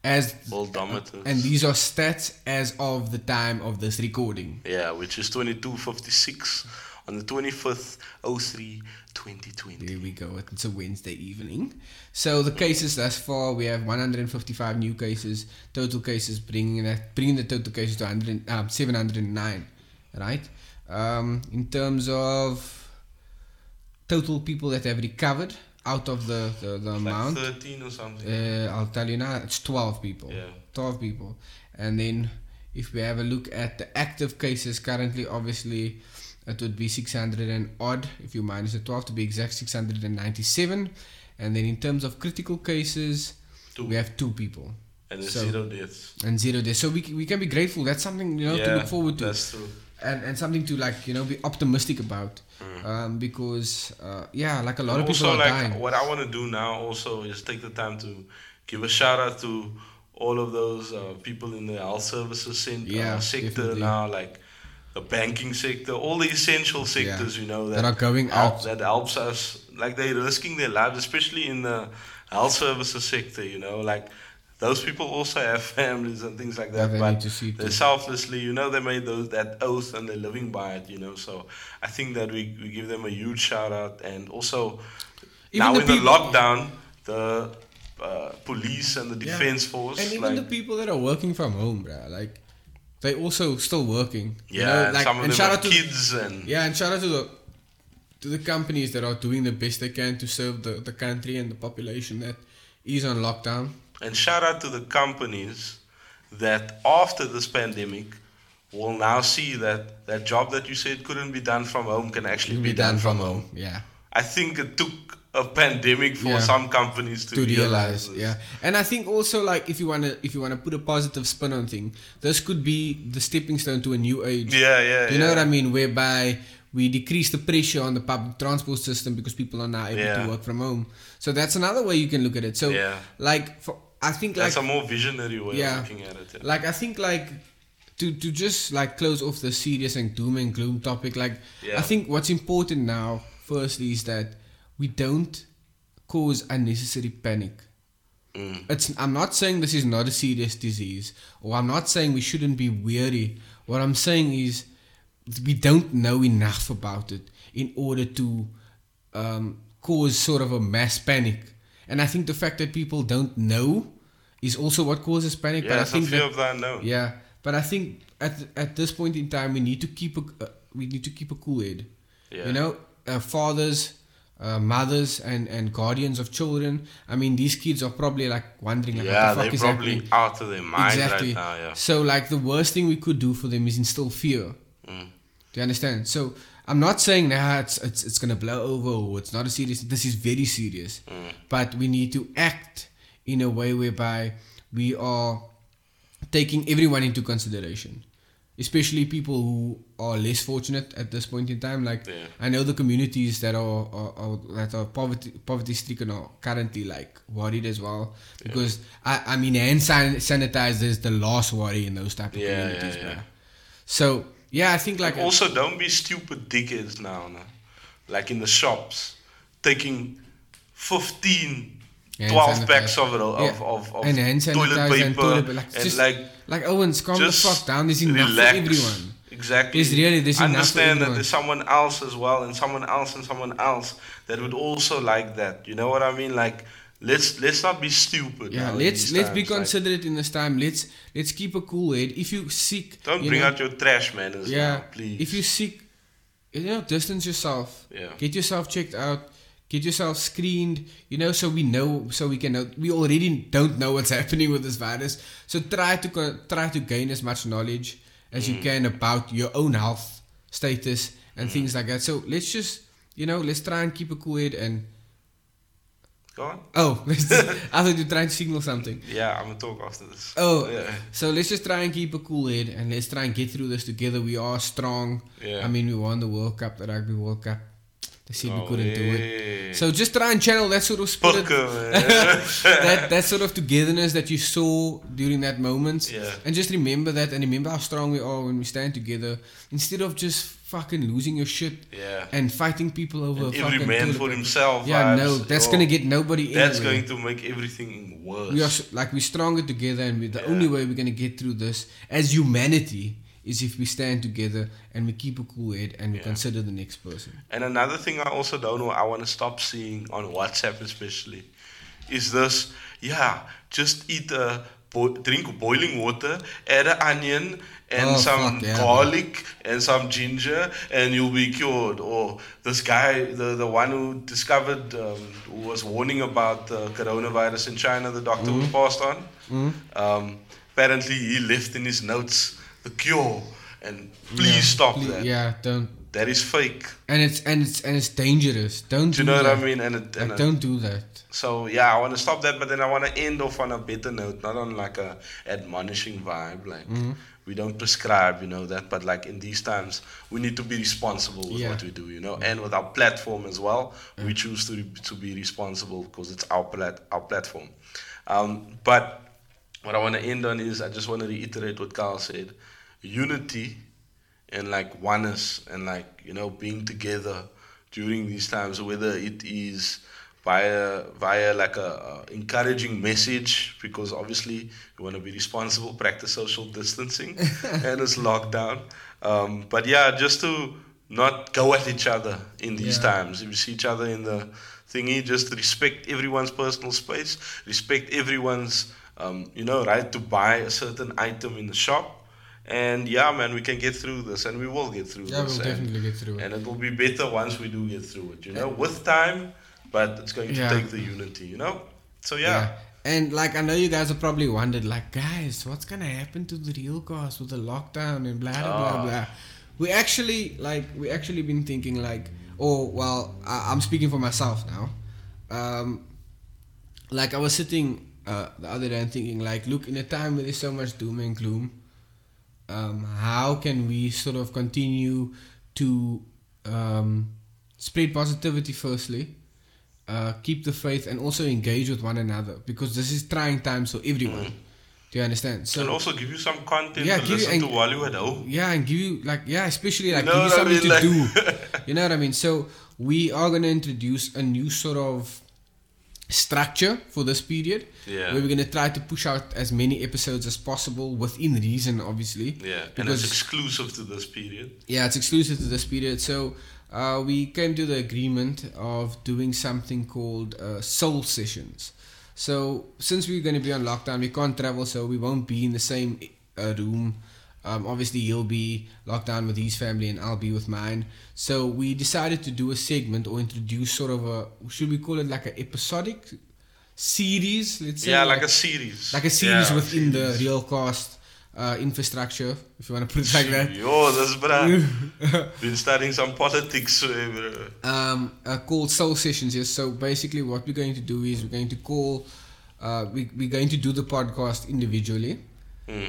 as Voltometers. and these are stats as of the time of this recording Yeah, which is 2256 on the oh 25th 03 2020. There we go. It's a Wednesday evening. So the cases thus far, we have 155 new cases. Total cases bringing that bringing the total cases to 100, um, 709. Right. Um, in terms of total people that have recovered out of the the, the Like amount, 13 or something. uh, I'll tell you now, it's 12 people. Yeah. 12 people. And then if we have a look at the active cases currently, obviously it would be 600 and odd, if you minus the 12 to be exact, 697. And then in terms of critical cases, Two. we have two people. and the so- zero deaths. And zero there. So we, c- we can be grateful. That's something you know to look forward to That's true. and, and something to like you know be optimistic about. Um, because uh, yeah, like a lot of people Mm. also, are like, dying. what I want to do now also is take the time to give a shout out to all of those uh, people in the health services cent- Yeah, uh, sector definitely. now, like the banking sector, all the essential sectors, you know, that, That are going help- out. that helps us. Like, they're risking their lives, especially in the health services sector, you know, like. Those people also have families and things like Yeah, that, they but need to see they to- selflessly, you know, they made those that oath and they're living by it, you know. So I think that we, we give them a huge shout out and also Even now the in the people- lockdown, the uh, police and the Yeah. defense force, and even like, the people that are working from home, bro. Like they also still working. you yeah, know, and like- some of and them shout have out to kids and yeah, and shout out to the to the companies that are doing the best they can to serve the, the country and the population that is on lockdown. And shout out to the companies that after this pandemic will now see that that job that you said couldn't be done from home can actually It'll be, done, from home. Yeah. I think it took a pandemic for Yeah. some companies to, to realize, realize, this. yeah and i think also like if you want to if you want to put a positive spin on thing this could be the stepping stone to a new age Yeah, yeah. Do you know yeah. what i mean whereby we decrease the pressure on the public transport system because people are now able Yeah. to work from home so that's another way you can look at it so Yeah. like for, i think like That's a more visionary way Yeah. of looking at it. yeah. like I think like to to just like close off the serious and doom and gloom topic, like Yeah. I think what's important now, firstly, is that we don't cause unnecessary panic. Mm. It's I'm not saying this is not a serious disease, or I'm not saying we shouldn't be weary. What I'm saying is we don't know enough about it in order to um, cause sort of a mass panic. And I think the fact that people don't know is also what causes panic. Yeah, but I it's a think fear that of the unknown. yeah, but I think at at this point in time, we need to keep a uh, we need to keep a cool head. Yeah. You know, uh, fathers, uh, mothers, and and guardians of children. I mean, these kids are probably like wondering, like, Yeah, what the they're fuck is probably happening? out of their mind exactly. right now. Yeah. So like, the worst thing we could do for them is instill fear. Mm. Do you understand? So I'm not saying nah, it's it's it's gonna blow over or it's not a serious. This is very serious, Mm. but we need to act in a way whereby we are taking everyone into consideration, especially people who are less fortunate at this point in time. Like Yeah. I know the communities that are, are, are that are poverty poverty stricken are currently like worried as well because I I mean hand san- sanitizer is the last worry in those type of Yeah, yeah, communities. yeah. bruh. So yeah, I think like Like also, don't be stupid dickheads now, no? like in the shops, taking 15, Hand 12 packs of, Ja, sanitizer. it, of, Yeah. of, of and hand toilet sanitizer paper. and toilet paper. Like, just, like, Owens, calm the just fuck down. There's enough relax. for everyone. Exactly. There's really- there's enough for Understand that everyone. there's someone else as well, and someone else, and someone else that would also like that. You know what I mean? Like, let's let's not be stupid. Yeah, now in Ja, let's these let's be times, like, considerate in this time. Let's let's keep a cool head. If you sick, don't you bring know, out your trash manners yeah. now, please. If you sick, you know, distance yourself. Yeah. Get yourself checked out. Get yourself screened. You know, so we know, so we can know. We already don't know what's happening with this virus. So try to co- try to gain as much knowledge as Mm. you can about your own health status and things like that. So let's just, you know, let's try and keep a cool head and. Go on. Oh, let's just, I thought you trying to signal something. Yeah, I'm gonna talk after this. Oh, yeah. so let's just try and keep a cool head and let's try and get through this together. We are strong. Yeah. I mean, we won the World Cup, the Rugby World Cup. They said we couldn't do it. Oh, yeah. So just try and channel that sort of spirit, Fuck 'em, man. that, that sort of togetherness that you saw during that moment. Yeah. And just remember that and remember how strong we are when we stand together instead of just fucking losing your shit yeah. and fighting people over a Every fucking man toilet for paper. himself. Yeah, vibes. no, that's Oh, going to get nobody That's anywhere. going to make everything worse. we are s- like we're stronger together and we the Yeah. only way we're going to get through this as humanity is if we stand together and we keep a cool head and we Yeah. consider the next person And another thing I also don't know, I want to stop seeing on WhatsApp especially, is this, yeah, just eat a, bo- drink boiling water, add an onion and Oh, some fuck, yeah, garlic and some ginger and you'll be cured. Or this guy, the, the one who discovered, um, who was warning about the coronavirus in China, the doctor Mm-hmm. who passed on, um, apparently he left in his notes the cure. And please Yeah, stop ple- that. yeah don't That is fake. and it's and it's and it's dangerous don't Do do you know that. what I mean? And, it, and like, it- don't do that so yeah, I want to stop that, but then I want to end off on a better note, not on like a admonishing vibe. Like Mm-hmm. we don't prescribe, you know that, but like in these times, we need to be responsible with Yeah. Mm. what we do, you know, and with our platform as well. We choose to to be responsible because it's our plat our platform. Um, but what I want to end on is I just want to reiterate what Carl said: unity and like oneness and like you know being together during these times whether it is via via like a, a encouraging message because obviously you want to be responsible practice social distancing and it's lockdown um, but yeah just to not go at each other in these Yeah. times if you see each other in the thingy just respect everyone's personal space respect everyone's um, you know right to buy a certain item in the shop And yeah, man, we can get through this, and we will get through Yeah, this. we'll and, definitely get through it. and it will be better once we do get through it, you know, with time, but it's going to Yeah. take the unity, you know? So, yeah. And like I know you guys are probably wondered, like, guys, what's gonna happen to the real cars with the lockdown and blah blah blah Ah. blah. We actually like we actually been thinking like, oh well, I- I'm speaking for myself now. Um, like I was sitting uh, the other day and thinking like, look, in a time where there's so much doom and gloom, um, how can we sort of continue to um, spread positivity firstly uh, keep the faith and also engage with one another because this is trying times for everyone do you understand Mm. and so also give you some content Yeah, to give you- listen and- to while you're at home. yeah and give you like yeah especially like know give you what I something to mean? do you know what i mean so we are going to introduce a new sort of structure for this period Yeah. where we're going to try to push out as many episodes as possible within reason obviously Yeah, and it's because exclusive to this period. yeah, it's exclusive to this period. So uh, we came to the agreement of doing something called uh, soul sessions. So since we're going to be on lockdown, we can't travel, so we won't be in the same uh, room. Um, obviously, he'll be locked down with his family, and I'll be with mine. So we decided to do a segment or introduce sort of a should we call it like an episodic series? Let's say yeah, like, a series. like a series Yeah, within series. the real cost uh, infrastructure, if you want to put it like that. Yo, this bruh. Been studying some politics, eh, bruh. um, uh, called soul sessions. Yes. So basically, what we're going to do is we're going to call, uh, we, we're going to do the podcast individually.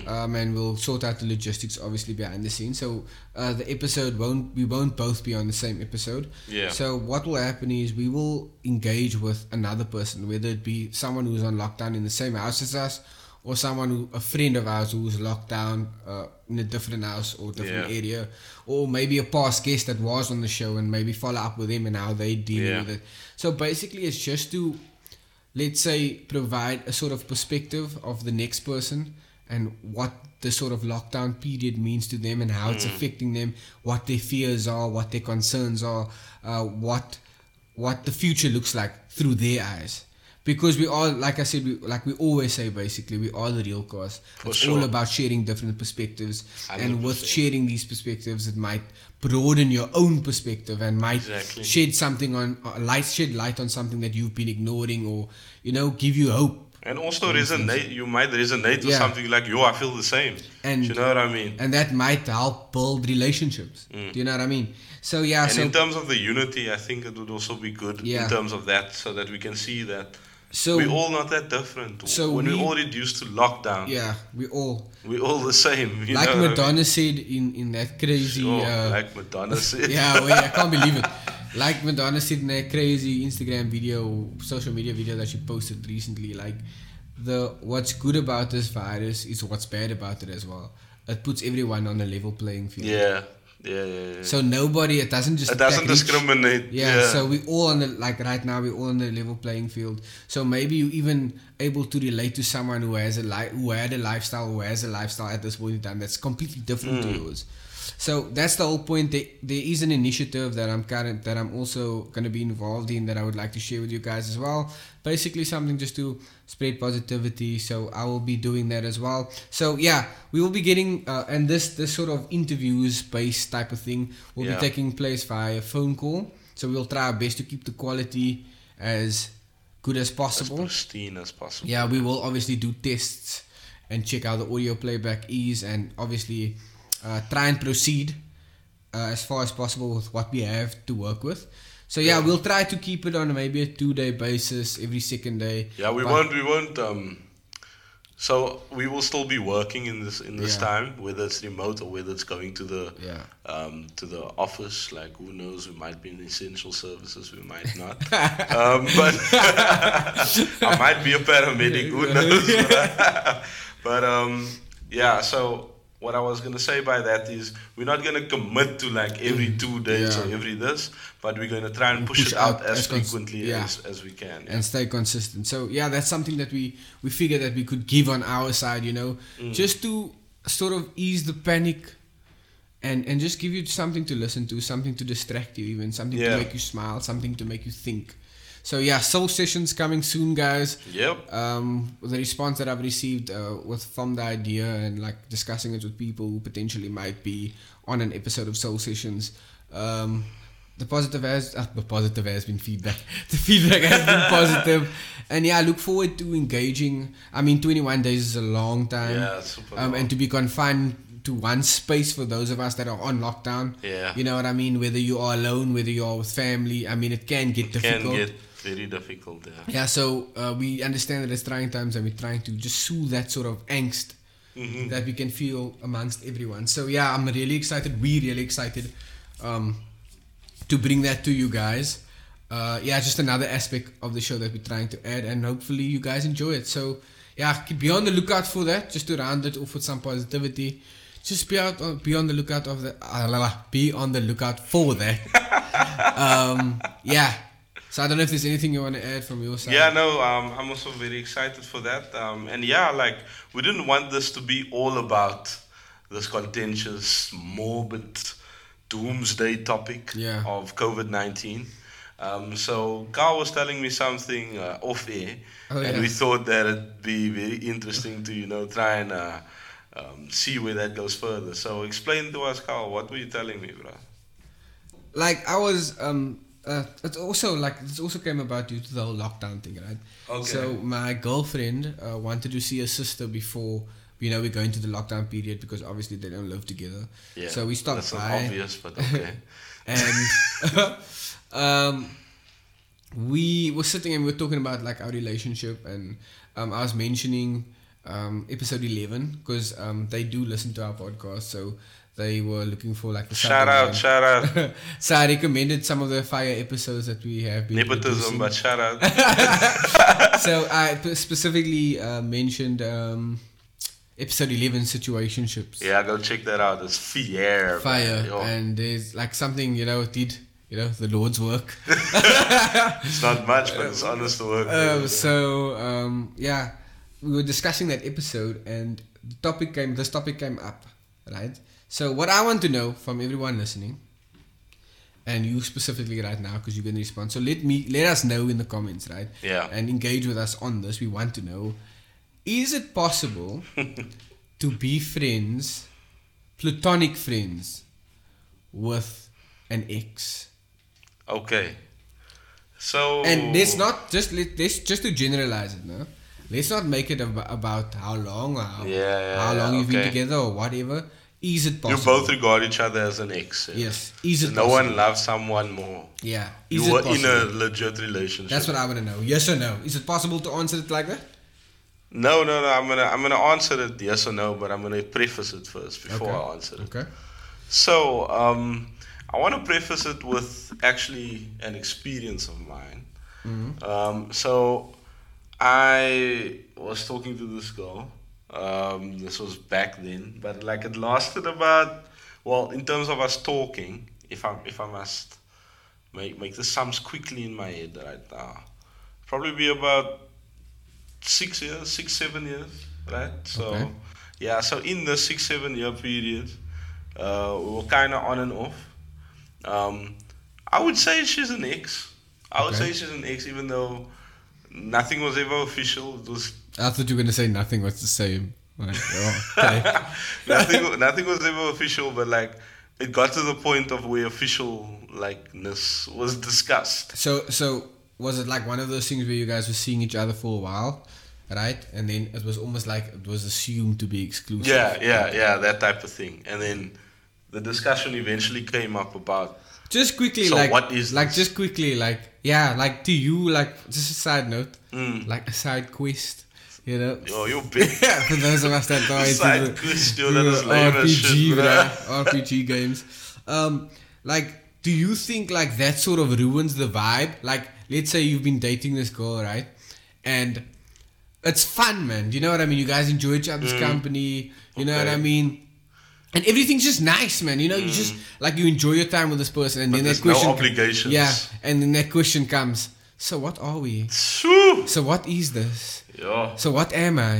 Um, and we'll sort out the logistics, obviously behind the scenes. So uh, the episode won't we won't both be on the same episode. Yeah. So what will happen is we will engage with another person, whether it be someone who's on lockdown in the same house as us, or someone who a friend of ours who's locked down uh, in a different house or different Yeah. area, or maybe a past guest that was on the show and maybe follow up with them and how they deal Yeah. with it. So basically, it's just to let's say provide a sort of perspective of the next person and what the sort of lockdown period means to them and how Hmm. it's affecting them what their fears are what their concerns are uh, what what the future looks like through their eyes because we are like i said we, like we always say basically we are the real cause it's sure. all about sharing different perspectives and with 100%. sharing these perspectives it might broaden your own perspective and might Exactly. shed something on uh, light shed light on something that you've been ignoring or you know give you hope And also resonate, you might resonate with Yeah. something like, yo, I feel the same. And- Do you know what I mean? and that might help build relationships do you know what i mean so yeah Mm. And so in terms of the unity, I think it would also be good in Yeah. terms of that, so that we can see that so we're all not that different. so when we, we- all reduced to lockdown, yeah we all we're all the same. You like know what I madonna said in in that crazy mean? Sure, uh, like Madonna said. yeah, well, yeah, I can't believe it. Like Madonna said in that crazy Instagram video, social media video that she posted recently, like the what's good about this virus is what's bad about it as well. It puts everyone on a level playing field. yeah, yeah, yeah. yeah. So nobody, it doesn't just it doesn't attack each- discriminate. yeah, so we all on the like right now we're all on the level playing field. So maybe you even able to relate to someone who has a li- who had a lifestyle who has a lifestyle at this point in time that's completely different to yours. So that's the whole point. There, there is an initiative that I'm current that I'm also gonna be involved in that I would like to share with you guys as well. Basically something just to spread positivity. So I will be doing that as well. So yeah, we will be getting uh, and this this sort of interviews based type of thing will Yeah. be taking taking place via phone call. So we'll try our best to keep the quality as good as as possible. pristine as possible. Yeah, we will obviously do tests and check how the audio playback is, and obviously uh, try and proceed uh, as far as possible with what we have to work with. So yeah, we'll try to keep it on maybe a two-day basis every second day. Yeah, we But- won't. We won't. Um, so we will still be working in this in this Yeah. time, whether it's remote or whether it's going to the Yeah. um, to the office. Like who knows? We might be in essential services. We might not. um, but I might be a paramedic. Who knows? but um, yeah. So what I was gonna say by that is we're not gonna commit to like every two days or Mm. Yeah. every this, but we're gonna try and push, Push it out, out as, as cons- frequently yeah. as, as we can. and stay consistent. So yeah, that's something that we we figured that we could give on our side, you know, just to sort of ease the panic and and just give you something to listen to, something to distract you even, something to Yeah. make you smile, something to make you think. So yeah, soul sessions coming soon, guys. Yep. Um, the response that I've received uh, was from the idea and like discussing it with people who potentially might be on an episode of Soul Sessions. Um, the positive has uh, the positive has been feedback. The feedback has been positive, and yeah, I look forward to engaging. I mean, 21 days is a long time. Yeah, it's super Um, long. and to be confined to one space for those of us that are on lockdown. Yeah. You know what I mean? Whether you are alone, whether you are with family, I mean, it can get difficult. Can get very difficult. Yeah. Yeah, so uh, we understand that it's trying times and we're trying to just soothe that sort of angst that we can feel amongst everyone. So, yeah, I'm really excited. We're really excited um, to bring that to you guys. Uh, yeah, just another aspect of the show that we're trying to add, and hopefully, you guys enjoy it. So, yeah, keep- be on the lookout for that, just to round it off with some positivity. Just be out, on, be on the lookout of the, ah, la, la, be on the lookout for that um, yeah. So I don't know if there's anything you want to add from your side. Yeah, no, um, I'm also very excited for that. Um, and yeah, like we didn't want this to be all about this contentious, morbid, doomsday topic Yeah. of COVID 19. Um, so Carl was telling me something uh, off air, Oh, and yeah. we thought that it'd be very interesting to you know try and uh, um, see where that goes further. So explain to us, Carl, what were you telling me, bro? Like I was, um, uh, it's also like this also came about due to the whole lockdown thing, right? Okay. So my girlfriend uh, wanted to see her sister before you know we're going to the lockdown period because obviously they don't live together. So we stopped That's not by. obvious, but okay. and um, we were sitting and we were talking about like our relationship and um, i was mentioning um, episode 11 because um, they do listen to our podcast so they were looking for like the shout out, subject shout out. line. so i recommended some of the fire episodes that we have been producing. Nepotism, but shout out. so i p- specifically uh, mentioned um, episode 11 situationships Yeah, go check that out. It's fire. fire Uh, man. Yo, and there's like something you know it did you know the lord's work it's not much, but uh, it's honest work. Um, so um, yeah, we were discussing that episode, and the topic came. This topic came up, right? So what I want to know from everyone listening, and you specifically right now, because you can respond. So let me let us know in the comments, right? Yeah. And engage with us on this. We want to know: Is it possible to be friends, platonic friends, with an ex? okay. So And let's not just let let's just to generalize it, no. Let's not make it ab- about how long or how, Yeah, yeah, how yeah, long you've okay. been together or whatever. Is it you possible? both regard each other as an ex. yeah. yes. Is it No possible? one loves someone more. Yeah. Is You it were possible? in a legit relationship. That's what I want to know. Yes or no? Is it possible to answer it like that? no, no, no. I'm gonna, I'm gonna answer it yes or no, but I'm gonna preface it first before Okay. I answer it. Okay. So, um, I want to preface it with actually an experience of mine. Um, so, I was talking to this girl. Um, this was back then, but like it lasted about well, in terms of us talking, if I if I must make make the sums quickly in my head right now, probably be about six years, six seven years, right? So, Okay. yeah. So in the six seven year period, uh, we were kind of on and off. Um, I would say she's an ex. I would Okay. say she's an ex, even though nothing was ever official. It was I thought you were gonna say nothing was the same. Like, oh, okay. nothing, nothing was ever official, but like it got to the point of where official likeness was discussed. so so was it like one of those things where you guys were seeing each other for a while, right? And then it was almost like it was assumed to be exclusive. Yeah, yeah, yeah, that type of thing. And then the discussion eventually came up about Just quickly, So like, what is like, this? just quickly, like, yeah, like to you, like, just a side note, like a side quest, you know. Mm. yo, you're big. Yeah, for those of us that die Side into the- quest, yo, to that the is lame as shit, bruh, RPG games. Um, like, do you think like that sort of ruins the vibe? Like, let's say you've been dating this girl, right? And it's fun, man. You know what I mean? You guys enjoy each other's company. You know what Mm. Okay. I mean? And everything's just nice, man. You know, you just like you enjoy your time with this person, and Mm. But then that there's no question, com- obligations. yeah, and then that question comes. So what are we? Shoo! So what is this? Yo. So what am I?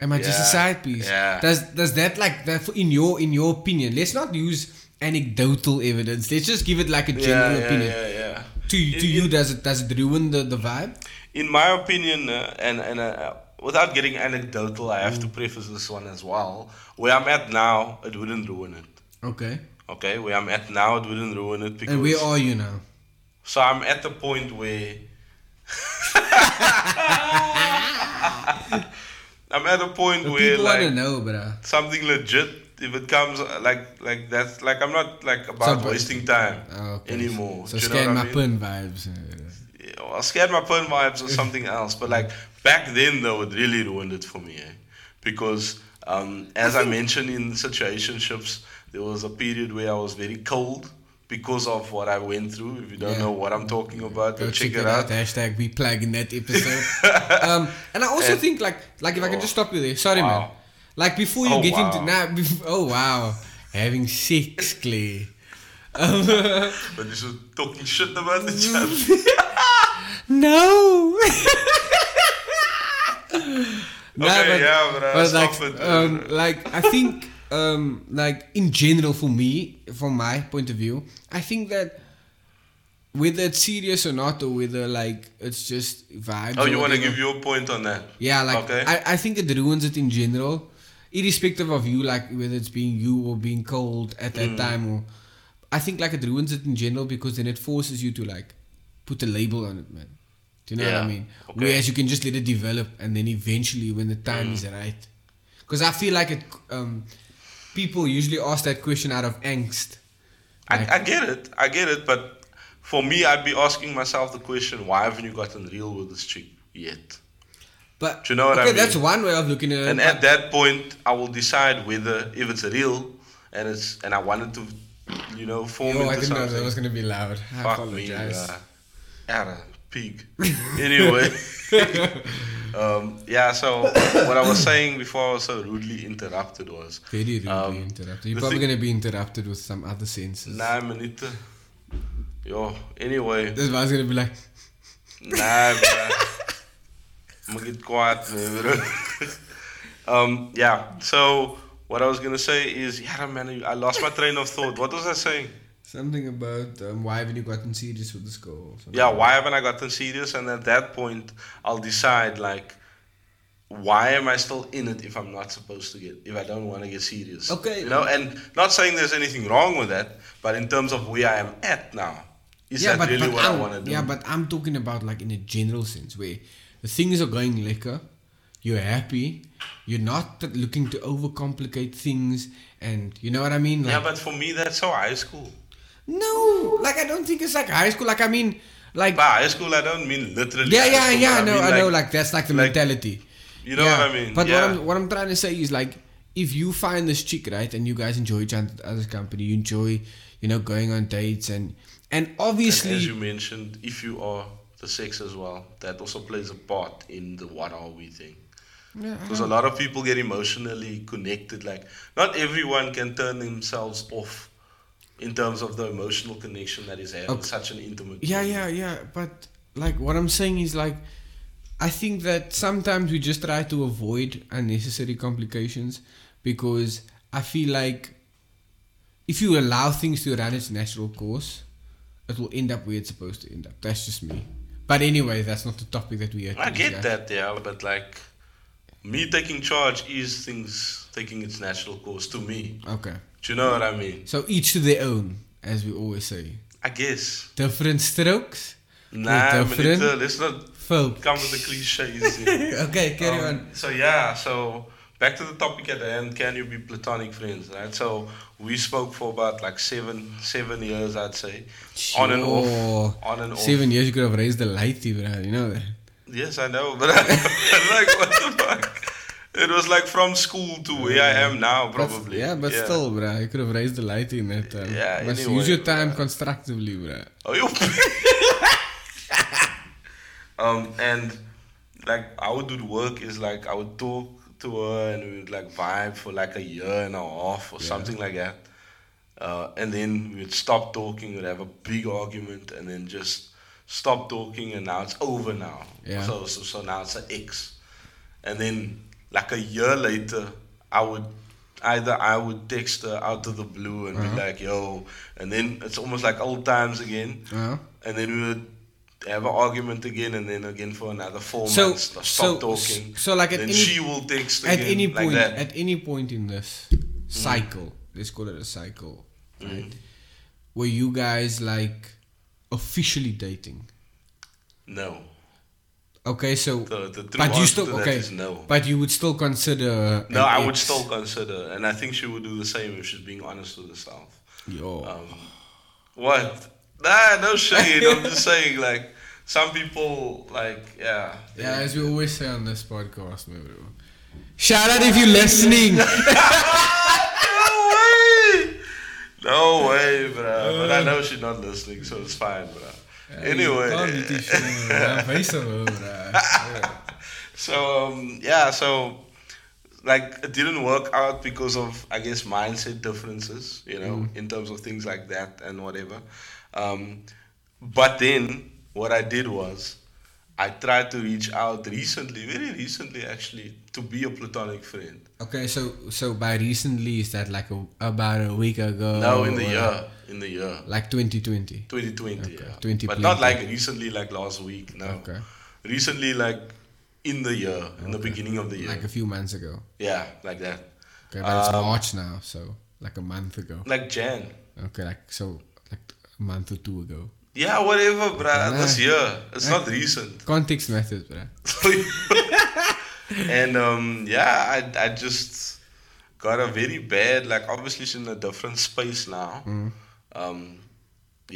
Am I just a Yeah, side piece? yeah. Does does that like that for- in your in your opinion? Let's not use anecdotal evidence. Let's just give it like a Yeah, general yeah, opinion. yeah, yeah. to to In- you, in- does it does it ruin the, the vibe? in my opinion, uh, and and uh, without getting anecdotal, I have Mm. to preface this one as well. Where I'm at now, it wouldn't ruin it. Okay. Okay, where I'm at now, it wouldn't ruin it because. And where are you now? so I'm at the point where. I'm at a point The where people like wanna know, bruh. something legit if it comes uh, like like that's like I'm not like about Somebody- wasting time Oh, okay. anymore. So Do you know scan what I my mean? pun vibes. uh, Yeah, well, I scared my phone vibes or something else. But like back then, though, it really ruined it for me, eh? because um, as I mentioned in situationships, there was a period where I was very cold because of what I went through. If you don't Yeah. know what I'm talking about, Go go, check, it out. Hashtag we plug in that episode. um, and I also And- Oh. think like like if I can just stop you there. Sorry, man. Wow. Like before you Oh, get wow. into now, bef oh wow, having sex, Clay. But you should talking shit about the chat. No. No, Okay, yeah, but, uh, like, stop it. um, like I think, um, like in general, for me, from my point of view, I think that whether it's serious or not, or whether like it's just vibes. Oh, or you want to whatever, give your point on that? Yeah, like okay. I, I think it ruins it in general, irrespective of you, like whether it's being you or being cold at Mm. that time, or I think like it ruins it in general because then it forces you to like put a label on it, man. Do you know what I Yeah, mean? okay. Whereas you can just let it develop, and then eventually, when the time Mm. is right, because I feel like it, um, people usually ask that question out of angst. I, I get it. I get it. But for me, I'd be asking myself the question: Why haven't you gotten real with this chick yet? But Do you know what I okay, mean? that's one way of looking at it. and but- at that point I will decide whether if it's real and it's and I wanted to you know form oh, I into didn't know that something. was gonna be loud. I Fuck me, apologize. uh, at a pig. anyway, um, yeah. So what I was saying before I was so rudely interrupted was Very rudely um, interrupted. You're the probably thing- going to be interrupted with some other senses. nah, minute. Yo, anyway, This guy's going to be like, nah, bruh. I'm gonna get quiet, man. bro. um, yeah. So what I was gonna say is, yeah, man, I lost my train of thought. What was I saying? something about um, why haven't you gotten serious with this girl? or something. Yeah, why haven't I gotten serious? And at that point, I'll decide like, why am I still in it if I'm not supposed to get if I don't want to get serious? Okay. You know, and not saying there's anything wrong with that, but in terms of where I am at now, is yeah, that but, really but what I'm, I want to do? Yeah, but I'm talking about like in a general sense where the things are going liquor, you're happy, you're not t- looking to overcomplicate things, and you know what I mean? Like, yeah, but for me, that's so high school. no, like I don't think it's like high school. Like I mean, like, By high school, I don't mean literally. yeah, high yeah, school, yeah, but I know, mean, I know, like that's like the like, mentality. you know Yeah, what I mean? But yeah. what I'm what I'm trying to say is like if you find this chick right and you guys enjoy each other's company, you enjoy you know going on dates and and and as obviously you mentioned, if you are the sex as well, that also plays a part in the what are we thing. Yeah, uh-huh. I Because a lot of people get emotionally connected. Like, not everyone can turn themselves off in terms of the emotional connection that is having Okay. such an intimate. yeah moment. yeah yeah but like what I'm saying is like I think that sometimes we just try to avoid unnecessary complications because I feel like if you allow things to run its natural course, it will end up where it's supposed to end up. That's just me. But anyway, that's not the topic that we are. I get that, yeah, but like, me taking charge is things taking its natural course to me. Okay. Do you know what I mean? So each to their own, as we always say. I guess. Different strokes. Nah, for different Manita, let's not folk. come with the cliches. here. Okay, carry Um, on. So yeah, so back to the topic at hand. Can you be platonic friends? Right. So we spoke for about like seven seven years, I'd say, on and Sure. off, on and off. Seven years you could have raised the light, bro. You know that. Yes, I know, but I, like what the fuck. It was like from school to where I am now, But- probably. yeah, but still, bro, you could have raised the light in that time. Yeah, Must anyway, use your time bruh. constructively, bro. Oh, you. um, and like how it would work is like I would talk to her and we would like vibe for like a year and a half or something like that. Uh, and then we'd stop talking, we'd have a big argument, and then just stop talking, and now it's over now. Yeah. So, so, so now it's an X. And then, like a year later, I would either I would text her out of the blue and be like, yo, and then it's almost like old times again. Uh-huh. and then we would have an argument again, and then again for another four So- months. Stop so- talking. so like at then any- she will text at again, any like point that. Mm. at any point in this cycle let's call it a cycle right were you guys like officially dating no, okay so the, the true but you answer still to that okay is no. but you would still consider No, an I would ex still consider, and I think she would do the same if she's being honest with herself. your Um, what? Nah, no shade. I'm just saying, like, some people, like, yeah. they- yeah as we always say on this podcast my bro. shout out if you're listening No way! No way, bruh. Uh. But I know she's not listening, so it's fine, bruh. Anyway, so, um, yeah, so, like, it didn't work out because of, I guess, mindset differences, you know, in terms of things like that and whatever. Um, but then, what I did was, I tried to reach out recently, very recently actually, to be a platonic friend. okay so so by recently is that like a, about a week ago Now in the or year, Oh, in the year. like 2020 2020, Okay, yeah. 20 but not plenty. like recently, like last week. No, Okay. recently, like in the year, in the beginning of the year. like a few months ago yeah, like that. Okay, but it's Um, March now, so like a month ago. Like Jan. Okay, like so, like a month or two ago. Yeah, whatever, bruh. Nah. This year, it's not recent. Context matters, bruh. and um, yeah, I I just got a very bad like. Obviously, she's in a different space now. Mm-hmm. Um,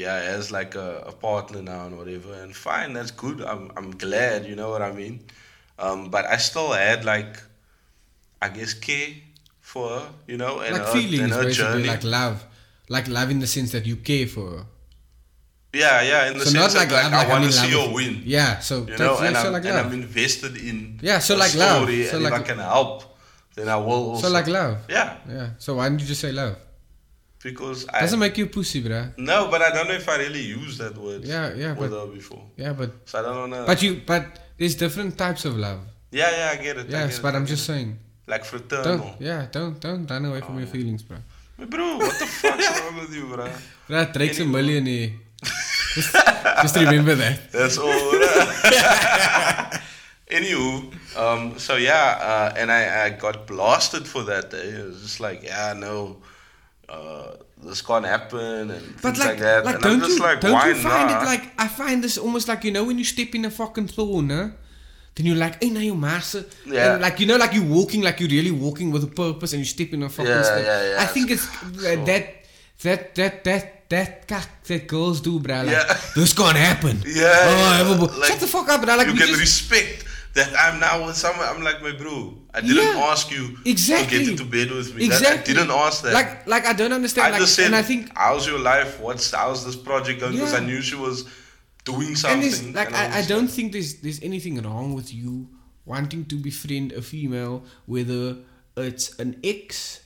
yeah, as like a, a partner now and whatever, and fine, that's good. I'm I'm glad, you know what I mean. Um, but I still had like, I guess care for her, you know, and Like her, feelings, and her basically, journey. like love, like love in the sense that you care for. Her. yeah, yeah, in the so sense not like that love, like, like I want mean to see love her is- win. Yeah, so you that's know, yeah, and, so I'm, like and I'm love. invested in Yeah, so the like love. story, So and like- if I can help, then I will. Also. So like love. yeah, Yeah. So why don't you just say love? because I Doesn't make you pussy, bruh. no, but I don't know if I really used that word. Yeah, yeah, with but- her before, Yeah, but so I don't know. but you but there's different types of love. yeah, yeah, I get it. I Yes, get it, but I I'm get just it. saying. like fraternal. Don't yeah, don't don't run away from your Oh. feelings, bruh. Hey, Bro, what the fuck's wrong with you, bro? Bruh, Drake's a millionaire. just, just remember that. That's all. bruh. Anywho, um, so yeah, uh, and I, I got blasted for that day. It was just like, yeah, no, uh, this can't happen, and But things like, like, that. like and don't I'm just you like, don't why you find not? it like I find this almost like you know when you step in a fucking thorn, huh? Then you're like, hey, now you're master. Yeah. And like you know, like you're walking, like you're really walking with a purpose, and you step in a fucking. Yeah, step. yeah, yeah, I think it's it's- uh, that that that that that cuck that girls do, bruh. Like, Yeah. This can't happen. Yeah, Oh, yeah, I have a bo- like, Shut the fuck up, bruh. Like you we can just- respect that I'm now with someone. I'm like, my bro, I didn't Yeah, ask you exactly. to get into bed with me. That- exactly. I didn't ask that. Like, like I don't understand. I like, just said, and I think how's your life? What's how's this project going? Because Yeah. I knew she was doing And something. there's, like and I I, I was don't think there's there's anything wrong with you wanting to befriend a female, whether it's an ex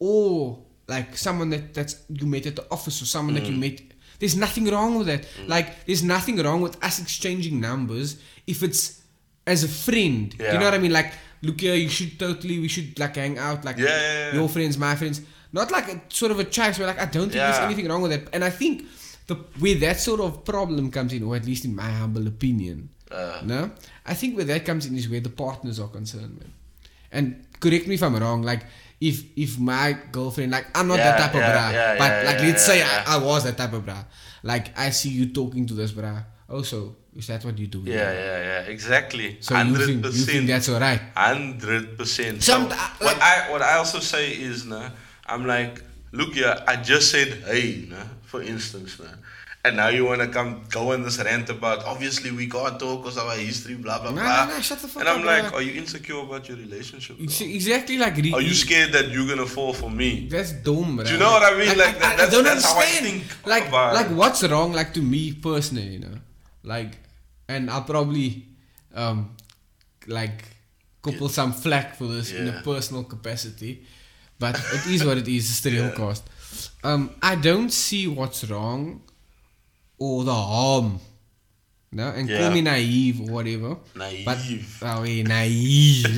or like someone that that's you met at the office or someone Mm. that you met. There's nothing wrong with that. Like there's nothing wrong with us exchanging numbers if it's as a friend. Do you Yeah. know what I mean? Like look here, you should totally we should like hang out like Yeah, yeah, yeah. your friends, my friends. Not like a, sort of a chase where like I don't think there's Yeah. anything wrong with that. And I think the where that sort of problem comes in, or at least in my humble opinion, Uh. no, I think where that comes in is where the partners are concerned, man. And correct me if I'm wrong, like. If, if my girlfriend like I'm not that Yeah, type of yeah, bra, yeah, but yeah, like yeah, let's say yeah, yeah. I, I was that type of bra, like I see you talking to this bra. Also, is that what you do? yeah, yeah, yeah, exactly. So you Hundred think, you think percent. that's alright? Hundred percent. Some- So I- what I what I also say is, nah, I'm like, look here, I just said hey, nah, for instance, nah, and now you wanna come go on this rant about obviously we can't talk because of our history, blah blah No, blah. no, no, shut the fuck and I'm up, like, nah. are you insecure about your relationship? You bro? see, exactly like re- Are you scared that you're gonna fall for me? That's dumb, bro. Do you know what I mean? Like, that- that's- that's how I think like, about it. like what's wrong? Like to me personally, you know, like, and I'll probably, um, like, couple some flack for this in a Yeah. personal capacity, but it is what it is. It's the real cost. Um, I don't see what's wrong, or the harm. No, and call Yeah. me naive or whatever. But, Naive. oh, yeah, naive.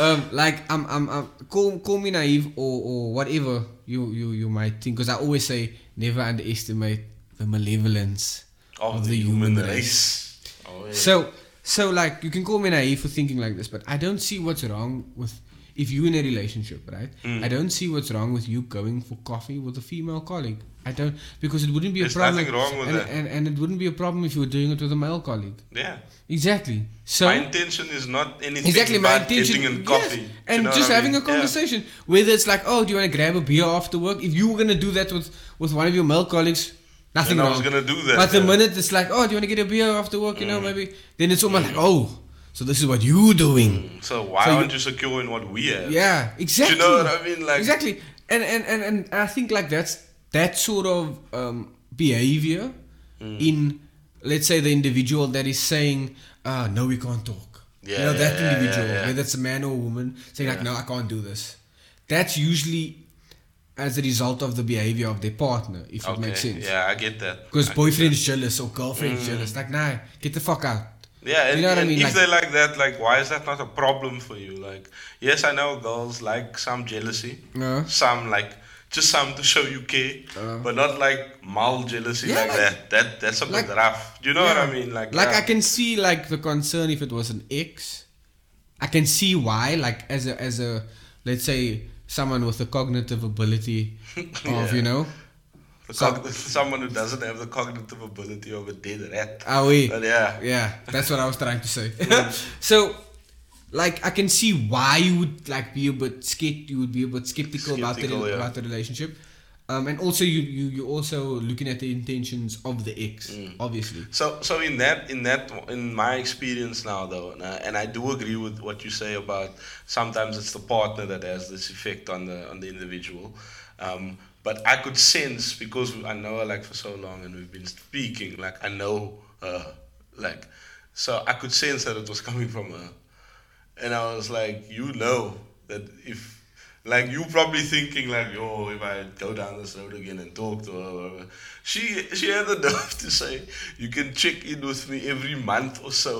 um, like I'm, I'm, I'm call, call me naive or, or whatever you, you, you might think. Because I always say never underestimate the malevolence of, the, human, race. Oh, yeah. So, so like you can call me naive for thinking like this, but I don't see what's wrong with if you in a relationship, right? Mm. I don't see what's wrong with you going for coffee with a female colleague. I don't because it wouldn't be a There's problem. nothing wrong with and, that. And, and it wouldn't be a problem if you were doing it with a male colleague. yeah. Exactly. So my intention is not anything exactly my but intention eating and yes, coffee. and just having a conversation whether it's like oh do you want to grab a beer after work if you were going to do that with with one of your male colleagues nothing Then I wrong was gonna do that, but the yeah. Mm. minute it's like oh do you want to get a beer after work you know maybe then it's almost like oh so this is what you doing So why So you- aren't you secure in what we have? yeah exactly Do you know what I mean? Like exactly and and, and and i think like that's that sort of um, behavior Mm. in let's say the individual that is saying uh, no we can't talk you Yeah, know yeah, that yeah, yeah, individual yeah. whether it's a man or a woman saying like no i can't do this that's usually as a result of the behavior of their partner if it okay, makes sense Yeah, I get that. because I- boyfriend is jealous or girlfriend is jealous like nah get the fuck out Yeah, and, you know what i and mean if like, they're like that, like why is that not a problem for you? Like, yes, I know girls like some jealousy, Uh. some like just some to show you care, but not like mal jealousy Uh-huh. Yeah, like, like- that. That that's a bit like- rough. Do you know what I mean? Like, uh, like yeah. I can see like the concern if it was an ex. I can see why, like as a as a let's say someone with the cognitive ability of Yeah. you know, The So- cogn- someone who doesn't have the cognitive ability of a dead rat. are we? But yeah. Uh, yeah, that's what I was trying to say. so, like I can see why you would like be a bit skept, you would be a bit skeptical, about the Skeptical, yeah. about the relationship. Um, and also you you you also looking at the intentions of the ex, Mm. obviously. So, so in that, in that, in my experience now, though, and I, and I do agree with what you say about sometimes it's the partner that has this effect on the on the individual. Um, but I could sense because I know her like for so long and we've been speaking, like I know her, like so I could sense that it was coming from her, and I was like, you know that if. Like you probably thinking like, yo, if I go down this road again and talk to her, blah, blah, blah." she she had the nerve to say, you can check in with me every month or so.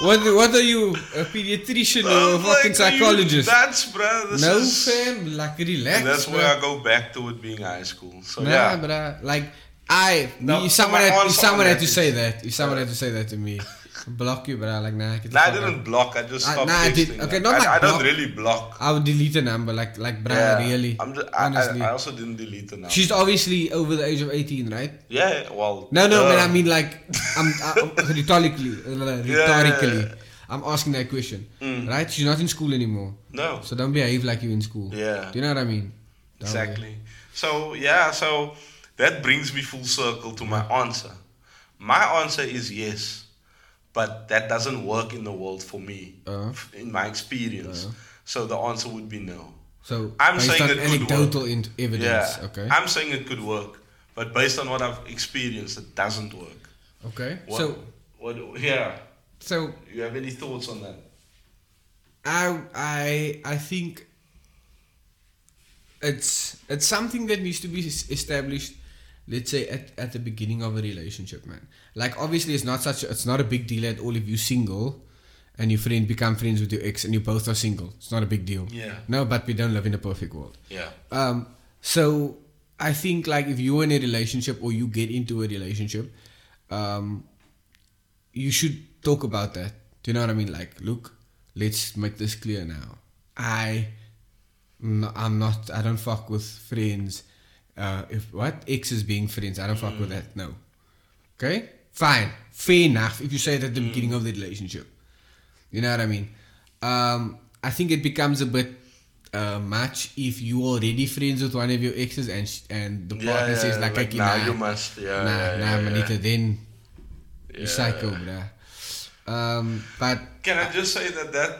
What what are you a pediatrician or a I'm fucking like, "Are you psychologist? That's bro. This no is, fam, like relax. And that's bro. where I go back to it being high school. So Nah, yeah, bruh. Like I, No, if someone, had, someone- if someone had to someone say had that, if someone had to say that to me, block you, bruh. Like nah, get the Nah, I fuck didn't out. block. I just I- stopped nah, I did- texting. okay, like, not I, like I don't block. really block. I would delete the number. Like like bruh, yeah, really. I'm just, I, honestly, I, I also didn't delete the number. she's obviously over the age of eighteen, right? yeah, well. No, no, duh. but I mean like, I'm, I, rhetorically, uh, rhetorically, I'm asking that question, Mm. right? She's not in school anymore, no. so don't behave like you in school. Yeah. Do you know what I mean? Don't worry. Exactly. So yeah, so that brings me full circle to my answer. My answer is yes, but that doesn't work in the world for me, Uh-huh. f- in my experience. So the answer would be no. So I'm based saying on it could anecdotal in- evidence. Yeah. Okay. I'm saying it could work, but based on what I've experienced, it doesn't work. okay. What, So what? Yeah. so You have any thoughts on that? I I I think it's it's something that needs to be es- established let's say at, at the beginning of a relationship man like obviously it's not such a, it's not a big deal at all if you're single and your friend become friends with your ex and you both are single it's not a big deal Yeah. no but we don't live in a perfect world Yeah. Um, so I think like if you're in a relationship or you get into a relationship, um, you should talk about that. Do you know what I mean? Like, look, let's make this clear now. I, n- I'm not. I don't fuck with friends. Uh, if what ex is being friends, I don't fuck Mm. with that. No. Okay. Fine. Fair enough. If you say it Mm. at the beginning of the relationship. You know what I mean? Um, I think it becomes a bit uh, much if you already friends with one of your exes and sh- and the Yeah, partner yeah, says like, like, "Kykie, nah, nah, you must." Yeah, nah, yeah, nah, Uh, yeah, manito, then Yeah. you psycho, bruh. Um, but Can I just say that that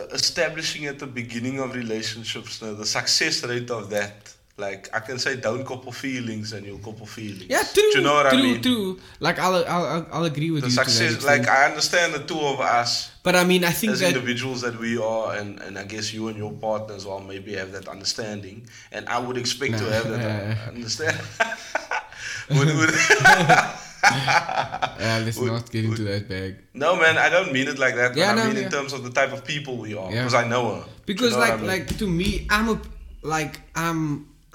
uh, establishing at the beginning of relationships, now the success rate of that, like I can say, don't couple feelings and you'll couple feelings. yeah, true, Do you know what true, I mean? true. Like I'll, I'll, I'll- I'll agree with The you. to that success, extent. like I understand the two of us but I mean, I think as that individuals that we are, and, and I guess you and your partner as well maybe have that understanding, and I would expect to Nah, have yeah, that yeah. understanding. Would- would- uh, let's would- not get into that bag. no man, I don't mean it like that. Yeah, man. I no, mean yeah. in terms of the type of people we are, Yeah. because I know her. Do you Because know what like I mean? like to me, I'm a like I'm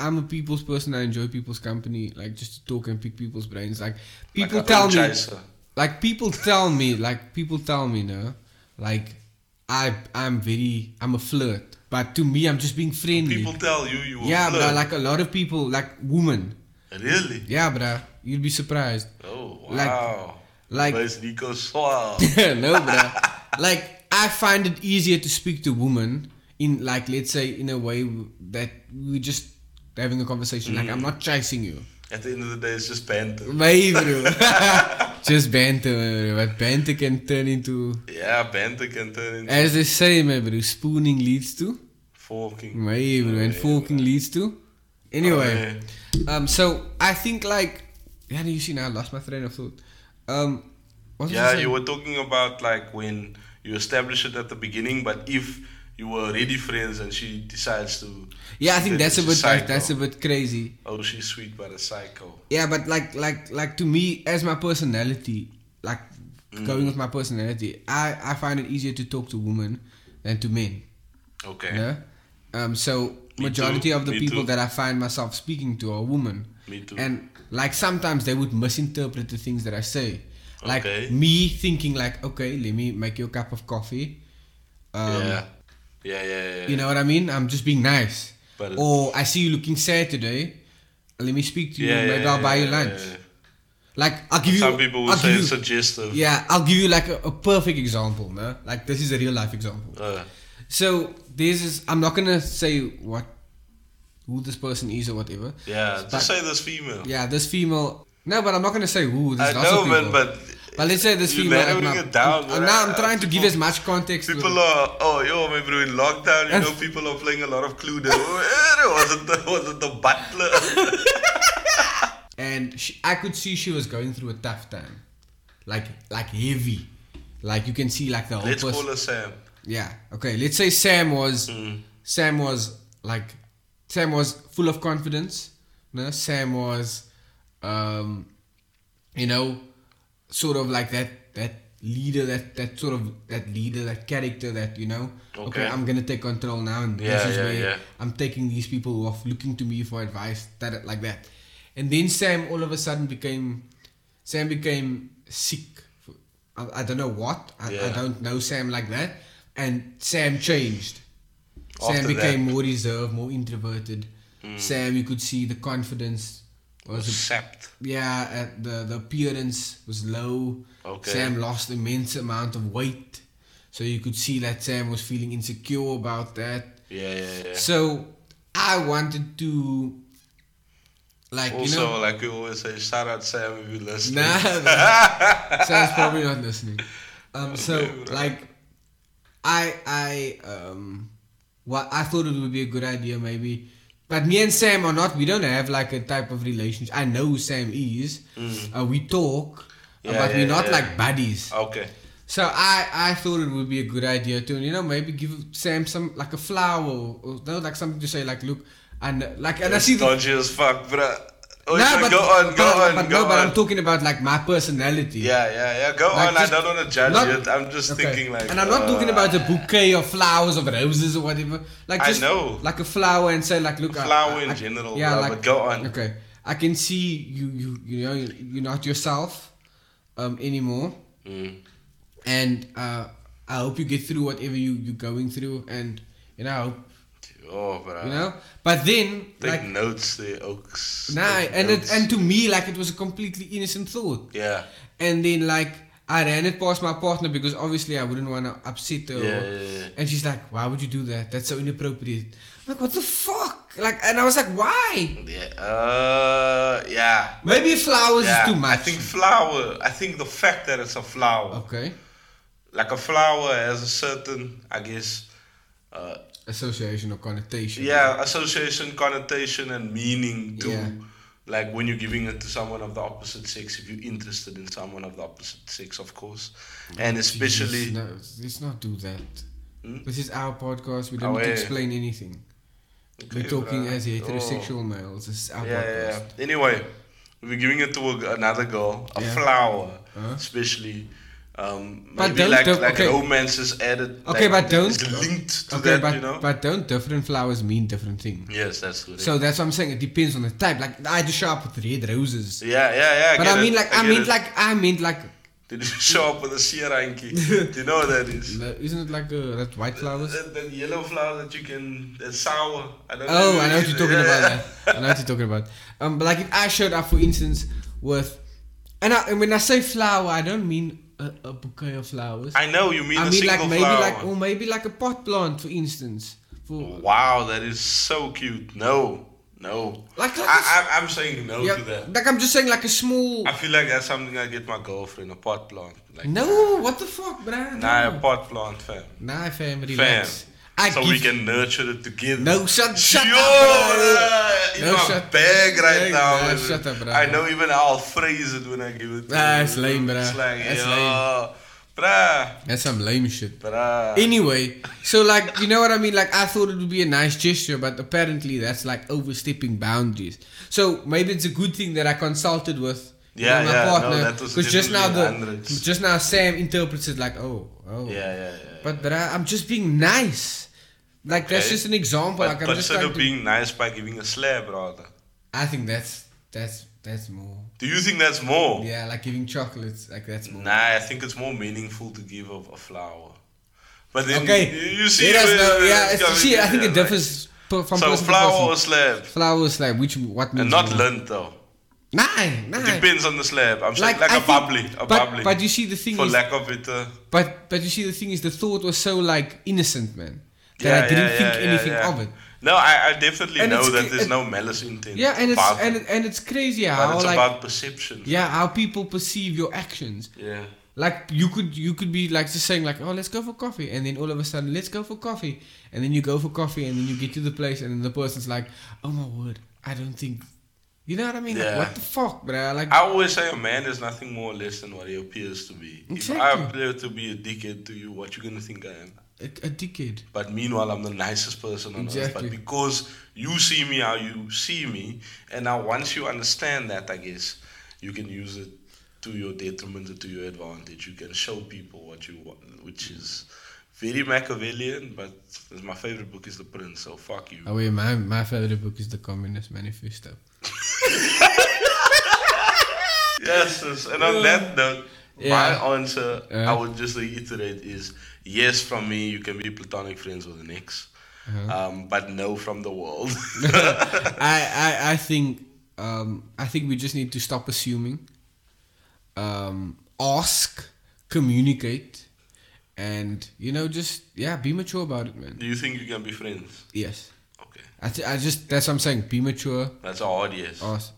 I'm a people's person. I enjoy people's company, like just to talk and pick people's brains. Like Like uh, people a tell old me, chaser. like people tell me, like people tell me, no, like I I'm very I'm a flirt, but to me I'm just being friendly. People tell you you were yeah, flirt. bruh, Like a lot of people, like women. Really? Yeah, bruh. You'd be surprised. Oh, Like- wow. like- Where's Nico Suave? no, bruh. Like I find it easier to speak to women in like let's say in a way w- that we're just having a conversation. Like I'm not chasing you. At the end of the day, it's just banter. Maybe bro. just banter, bro. but banter can turn into Yeah, banter can turn into as they say, my bro. Spooning leads to forking. maybe, bro, and forking leads to. Oh, Anyway, um, so I think like yeah, you see now I lost my train of thought. Um, what was I Yeah, saying? you were talking about like when you establish it at the beginning, but if you were already friends and she decides to. Yeah, I think that that's a she's bit like, that's a psycho. bit crazy. Oh, she's sweet but a psycho. Yeah, but like like like to me as my personality, like Mm. going with my personality, I I find it easier to talk to women than to men. Okay. Yeah. Um. So Me majority too, of the me people too. that I find myself speaking to are women. Me too. And like sometimes they would misinterpret the things that I say. Like Okay. me thinking like, okay, let me make you a cup of coffee. Um, yeah. Yeah, yeah, yeah. you know what I mean? I'm just being nice. But it- or I see you looking sad today. Let me speak to you. Maybe I'll buy you lunch. yeah. Like I'll give you. Some people will I'll say give it's you, suggestive. Yeah, I'll give you like a, a perfect example. No, like this is a real life example. Uh, So this is. I'm not gonna say what, who this person is or whatever. yeah, But- just say this female. Yeah, this female. No, but I'm not gonna say who. There's I lots know, of but, people. but But let's say this you're female. narrowing I'm, it down, I'm, but now I- I'm trying to give people- as much context. to People it. are oh yo maybe we're in lockdown you know people are playing a lot of Cluedo Oh, was it the was it the butler and she, I could see she was going through a tough time, like like heavy, like you can see like the whole let's person. call her Sam Yeah. Okay. Let's say Sam was Sam was like Sam was full of confidence. No, Sam was, um, you know, sort of like that that leader, that that sort of that leader, that character, that you know. Okay. Okay. I'm gonna take control now, and this Yeah, is yeah, where yeah. I'm taking these people who are looking to me for advice, that like that. And then Sam all of a sudden became Sam became sick. I, I don't know what. I, I Yeah. don't know Sam like that. And Sam changed. After Hmm. Sam became more reserved, more introverted. Sam, you could see the confidence was a- Sapped yeah, uh, the the appearance was low. Okay. Sam lost immense amount of weight, so you could see that Sam was feeling insecure about that. yeah yeah yeah So I wanted to, like also you know, like you always say shout out Sam if you listen Nah, man. Sam's probably not listening. Um, so Okay, bro. like, I I um, what I thought it would be a good idea maybe, but me and Sam are not. We don't have like a type of relationship. I know who Sam is. Uh, we talk, uh, Mm. Yeah, but yeah, we're not yeah. like buddies. okay So I I thought it would be a good idea to you know maybe give Sam some like a flower or, or no, like something to say like look and like and I see it's the dodgy as fuck bruh oh Nah, sorry, go on go but, on but go no, but on I'm talking about like my personality. yeah yeah yeah go Like, on just- Oh, I don't want to judge not- it I'm just Okay. thinking like and I'm not uh, talking about a bouquet of flowers or roses or whatever. Like I just know. like a flower and say like, look, I- Flower I- in I- general, bro, but go on. Okay, I can see you, you, you know, you're not yourself um, anymore, Mm. and uh, I hope you get through whatever you you're going through, and you know, I hope, oh bruh you know. But then, take like, notes the oaks nah, Take and it, notes. and to me, like, it was a completely innocent thought. yeah And then like I ran it past my partner because obviously I wouldn't want to upset her. Yeah, yeah, yeah. And she's like, "Why would you do that? That's so inappropriate." I'm like, "What the fuck?" Like, and I was like, "Why?" yeah uh yeah Maybe flowers Yeah, is too much. I think flower. I think the fact that it's a flower, okay, like a flower, has a certain, I guess, uh, association or connotation. yeah, association, connotation, and meaning to, Yeah. like when you're giving it to someone of the opposite sex, if you're interested in someone of the opposite sex, of course, and especially Jeez, no, let's not do that. Hmm? This is our podcast. We don't need Away. to explain anything. Okay, We're talking bruh. as Oh. heterosexual males. This is our Yeah, podcast. yeah, yeah. Anyway, we're giving it to a, another girl, a Yeah. flower, Uh-huh. especially Um, But maybe don't like, dif- like okay. romance is added. Okay, like, but don't- is linked to Okay, that, but you know. but don't different flowers mean different things? yes, that's good. So that's what I'm saying. It depends on the type. Like I do show up with red roses, yeah, yeah, yeah. I but get I mean it, like I, get mean it. like I mean like Did you show up with a sierranki? Do you know what that is? isn't it like uh, that white flowers? That, that yellow flower that you can, that's sour. I don't Oh, I know what it you're is. talking Yeah, about. yeah. That. I know what you're talking about. Um, but like if I showed up, for instance, with, and, I, and when I say flower, I don't mean a, a bouquet of flowers. I know you mean I a mean single like maybe flower. like one. or maybe like a pot plant, for instance. For Wow, that is so cute. No, no. Like- like I, I, I'm saying no to yeah, Oh, that. like I'm just saying like a small. I feel like that's something I get my girlfriend a pot plant. Like, No, what the fuck, bruh? nah, No. a pot plant, fam. Nah, fam, Fam. relax. I so give we can nurture it together. No, shut- shut up, Sure, bruh. in No, my shut- bag right Bag, now. bruh, man. shut up, bruh. I know even how I'll phrase it when I give it. to Ah, you. it's lame, bruh. It's like, That's yeah, bruh, That's some lame shit. bruh. Anyway, so like you know what I mean? Like I thought it would be a nice gesture, but apparently that's like overstepping boundaries. So maybe it's a good thing that I consulted with you Yeah, know, my yeah, no, partner that was just now the definitely hundreds. just now Sam interprets it like oh oh. yeah, yeah, yeah. But but I, I'm just being nice. Like that's Okay. just an example. But like I'm just consider trying to- being nice by giving a slab, rather. I think that's that's that's more. Do you think that's more? Yeah, like giving chocolates, like that's more. Nah, I think it's more meaningful to give of a flower. But then Okay. you, you see, Let us where- know. where Yeah, it's it's, see, coming I think from, it yeah, differs per- from like- So person flower to or person. Mm. slab, Flowers, like which what means and not more. lint though. Nah, It nah. depends on the slab. I'm saying Like, like I a think- bubbly, a but, bubbly. But you see, the thing for is, lack of it, uh, but but you see, the thing is, the thought was so like innocent, man, that yeah, I didn't yeah, think yeah, yeah, anything yeah. of it. No, I, I definitely And know it's that cl- there's it- no malice intent. Yeah, and it's about and, it, it- and it's crazy but how it's like about perception. yeah, how people perceive your actions. yeah. Like you could you could be like just saying like oh let's go for coffee and then all of a sudden let's go for coffee and then you go for coffee and then you get to the place and then the person's like oh my word I don't think you know what I mean like, Yeah. what the fuck bruh like I always say a man is nothing more or less than what he appears to be. If I Exactly. appear to be a dickhead to you, what you gonna think I am? a, a dickhead But meanwhile, I'm the nicest person on earth. Exactly. But because you see me how you see me, and now once you understand that, I guess you can use it to your detriment or to your advantage. You can show people what you want, which is very Machiavellian. But my favorite book is The Prince, so fuck you. oh wait my my favorite book is the Communist Manifesto Yes, yes, and on that note, Yeah. my answer Yeah. I would just reiterate is yes from me. You can be platonic friends with an ex, Uh-huh. um, but no from the world. I, I I think um, I think we just need to stop assuming. Um, ask, communicate, and you know, just yeah, be mature about it, man. Do you think you can be friends? Yes, Okay, I th- I just that's what I'm saying. Be mature. that's a hard yes. Ask.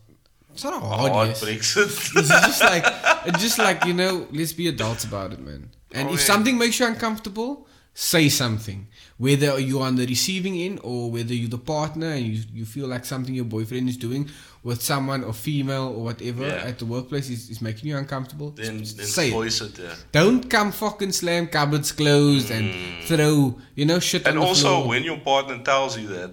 It's not a A hard, hard yes. Brexit. It's just like it's just like you know, let's be adults about it, man. And Oh, if yeah. something makes you uncomfortable, say something. Whether you're on the receiving end or whether you're the partner and you, you feel like something your boyfriend is doing with someone or female or whatever Yeah. at the workplace is, is making you uncomfortable, then then s- say it. voice it. Yeah. Don't come fucking slam cupboards closed and throw you know shit. Hmm. And on the also, floor. when your partner tells you that,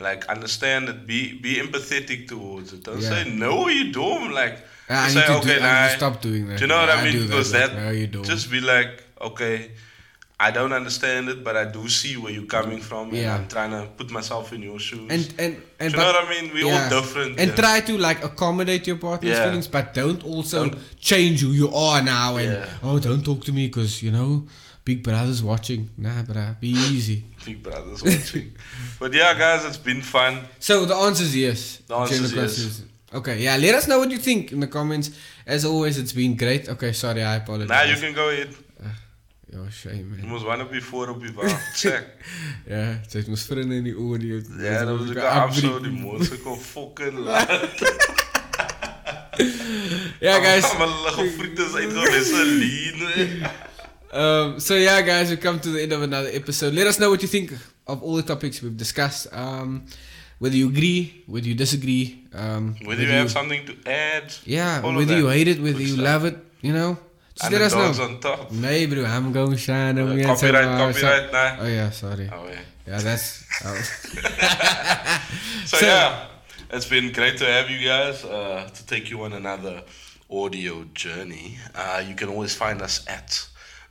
like understand it. Be be empathetic towards it. Don't Yeah. say no. You dumb. Like Ah, I need you say, to do- okay, I need to nah. stop doing that. Do you know what Yeah, I I mean? do that, because like, that, no, you don't. just be like, okay, I don't understand it, but I do see where you're coming from, Yeah. and I'm trying to put myself in your shoes. and and and Do you know but- what I mean? We're all different. And yeah. try to like accommodate your partner's Yeah. feelings, but don't also Don't- change who you are now. And Yeah. oh, don't talk to me because you know, Big Brother's watching. Nah, bruh, be easy. Big brothers watching. but yeah, guys, it's been fun. So the answer is yes. The answer General is yes. consensus. Okay, yeah. Let us know what you think in the comments. As always, it's been great. Okay, sorry, I apologize. Now you can go ahead. Your shame, You man. must want to be four or be five. Check. Yeah, so it was fun in the audio. Yeah, dat was ook een absolute moeilijke fucking laat. Yeah, guys. Maar lach frieten zijn zo Vaseline. Um, so yeah, guys, we've come to the end of another episode. Let us know what you think of all the topics we've discussed. Um, whether you agree, whether you disagree, um, Whether you have something to add. yeah, all of whether you that. hate it, whether Good you stuff. love it, you know, just And let the us dogs know. on top. Nee, bro, I'm going to shine. Uh, on me and copyright, somehow- copyright, nah. Oh yeah, sorry. Oh, yeah. Yeah, that's. oh. So, So- yeah, it's been great to have you guys, uh, to take you on another audio journey, uh, you can always find us at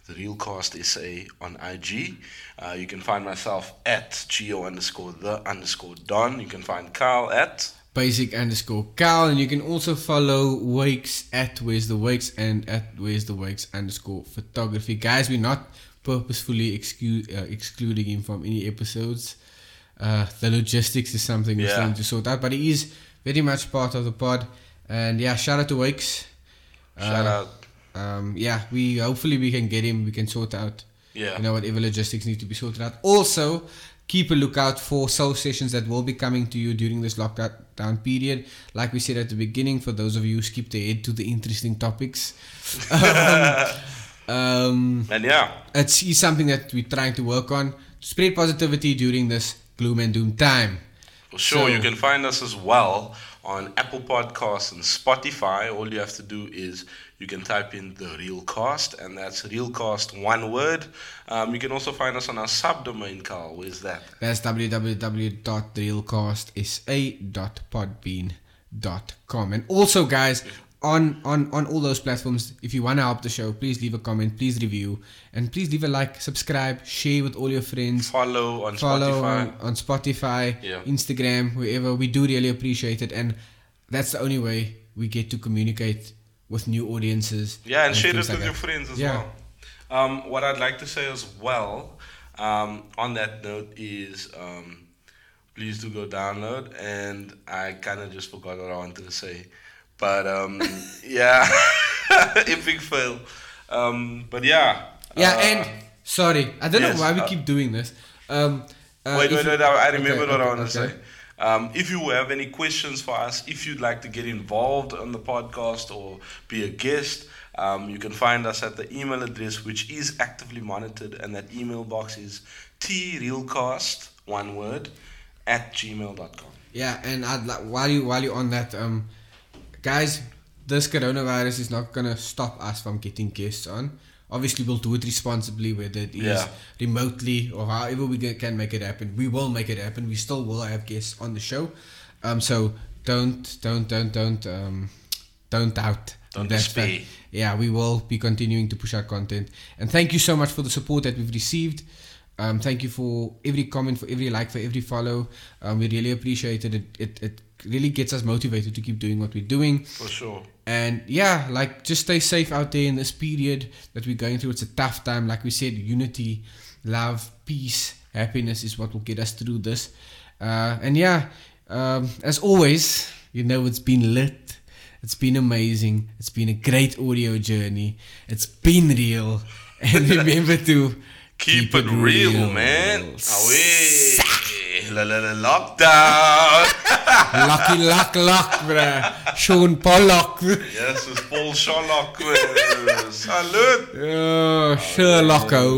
the Real Cast SA on IG. Uh, you can find myself at geo underscore the underscore don. You can find Carl at basic underscore Cal, and you can also follow Wakes at Where's the Wakes and at Where's the Wakes underscore photography. Guys, we're not purposefully excu- uh, excluding him from any episodes. Uh, the logistics is something we're Yeah. starting to sort out, but he is very much part of the pod. And yeah, shout out to Wakes. shout Uh, out. Um, yeah, we hopefully we can get him. We can sort out. Yeah. You know whatever logistics need to be sorted out. Also, keep a lookout for soul sessions that will be coming to you during this lockdown period. Like we said at the beginning, for those of you who skip ahead to the interesting topics, um, um, And yeah, it's, it's something that we're trying to work on. Spread positivity during this gloom and doom time. for sure, So- you can find us as well on Apple Podcasts and Spotify. All you have to do is you can type in the Real Cast, and that's Real Cast one word. Um, you can also find us on our subdomain, Carl. Where's that? That's www.realcastsa.podbean.com. And also, guys, on, on, on all those platforms, if you want to help the show, please leave a comment, please review, and please leave a like, subscribe, share with all your friends, Follow on follow Spotify. on, on Spotify, Yeah. Instagram, wherever. We do really appreciate it. And that's the only way we get to communicate with new audiences. Yeah, and, share it things with like your that. friends as Yeah. well. Um, what I'd like to say as well, um, on that note, is um, please do go download. And I kind of just forgot what I wanted to say, but um, yeah, epic fail. Um, but yeah, Yeah, uh, and sorry, I don't yes, know why we uh, keep doing this. Um, uh, wait, if wait, you- wait. I I remember Okay, what I okay, want to okay. say. Um, if you have any questions for us, if you'd like to get involved on the podcast or be a guest, um, you can find us at the email address, which is actively monitored, and that email box is trealcast, one word, at gmail.com. Yeah, and I'd like while you while you're on that, um, guys, this coronavirus is not gonna stop us from getting guests on. Obviously, we'll do it responsibly, whether it is Yeah. remotely or however we ca- can make it happen. We will make it happen. We still will have guests on the show. Um, so don't don't don't don't um, don't doubt. Don't that fact. despair. Yeah, we will be continuing to push our content. And thank you so much for the support that we've received. Um, thank you for every comment, for every like, for every follow. Um, we really appreciate it. It, it. it really gets us motivated to keep doing what we're doing. For sure. And yeah, like just stay safe out there in this period that we're going through. It's a tough time. Like we said, unity, love, peace, happiness is what will get us through this. Uh, and yeah, um, as always, you know, it's been lit. It's been amazing. It's been a great audio journey. It's been real. And remember to Keep, it, real, man. Away. La, la, la, lockdown. Lucky, luck, luck, bruh. Sean Pollock. yes, it's Paul Sherlock. Salute. Oh, Sherlock Holmes.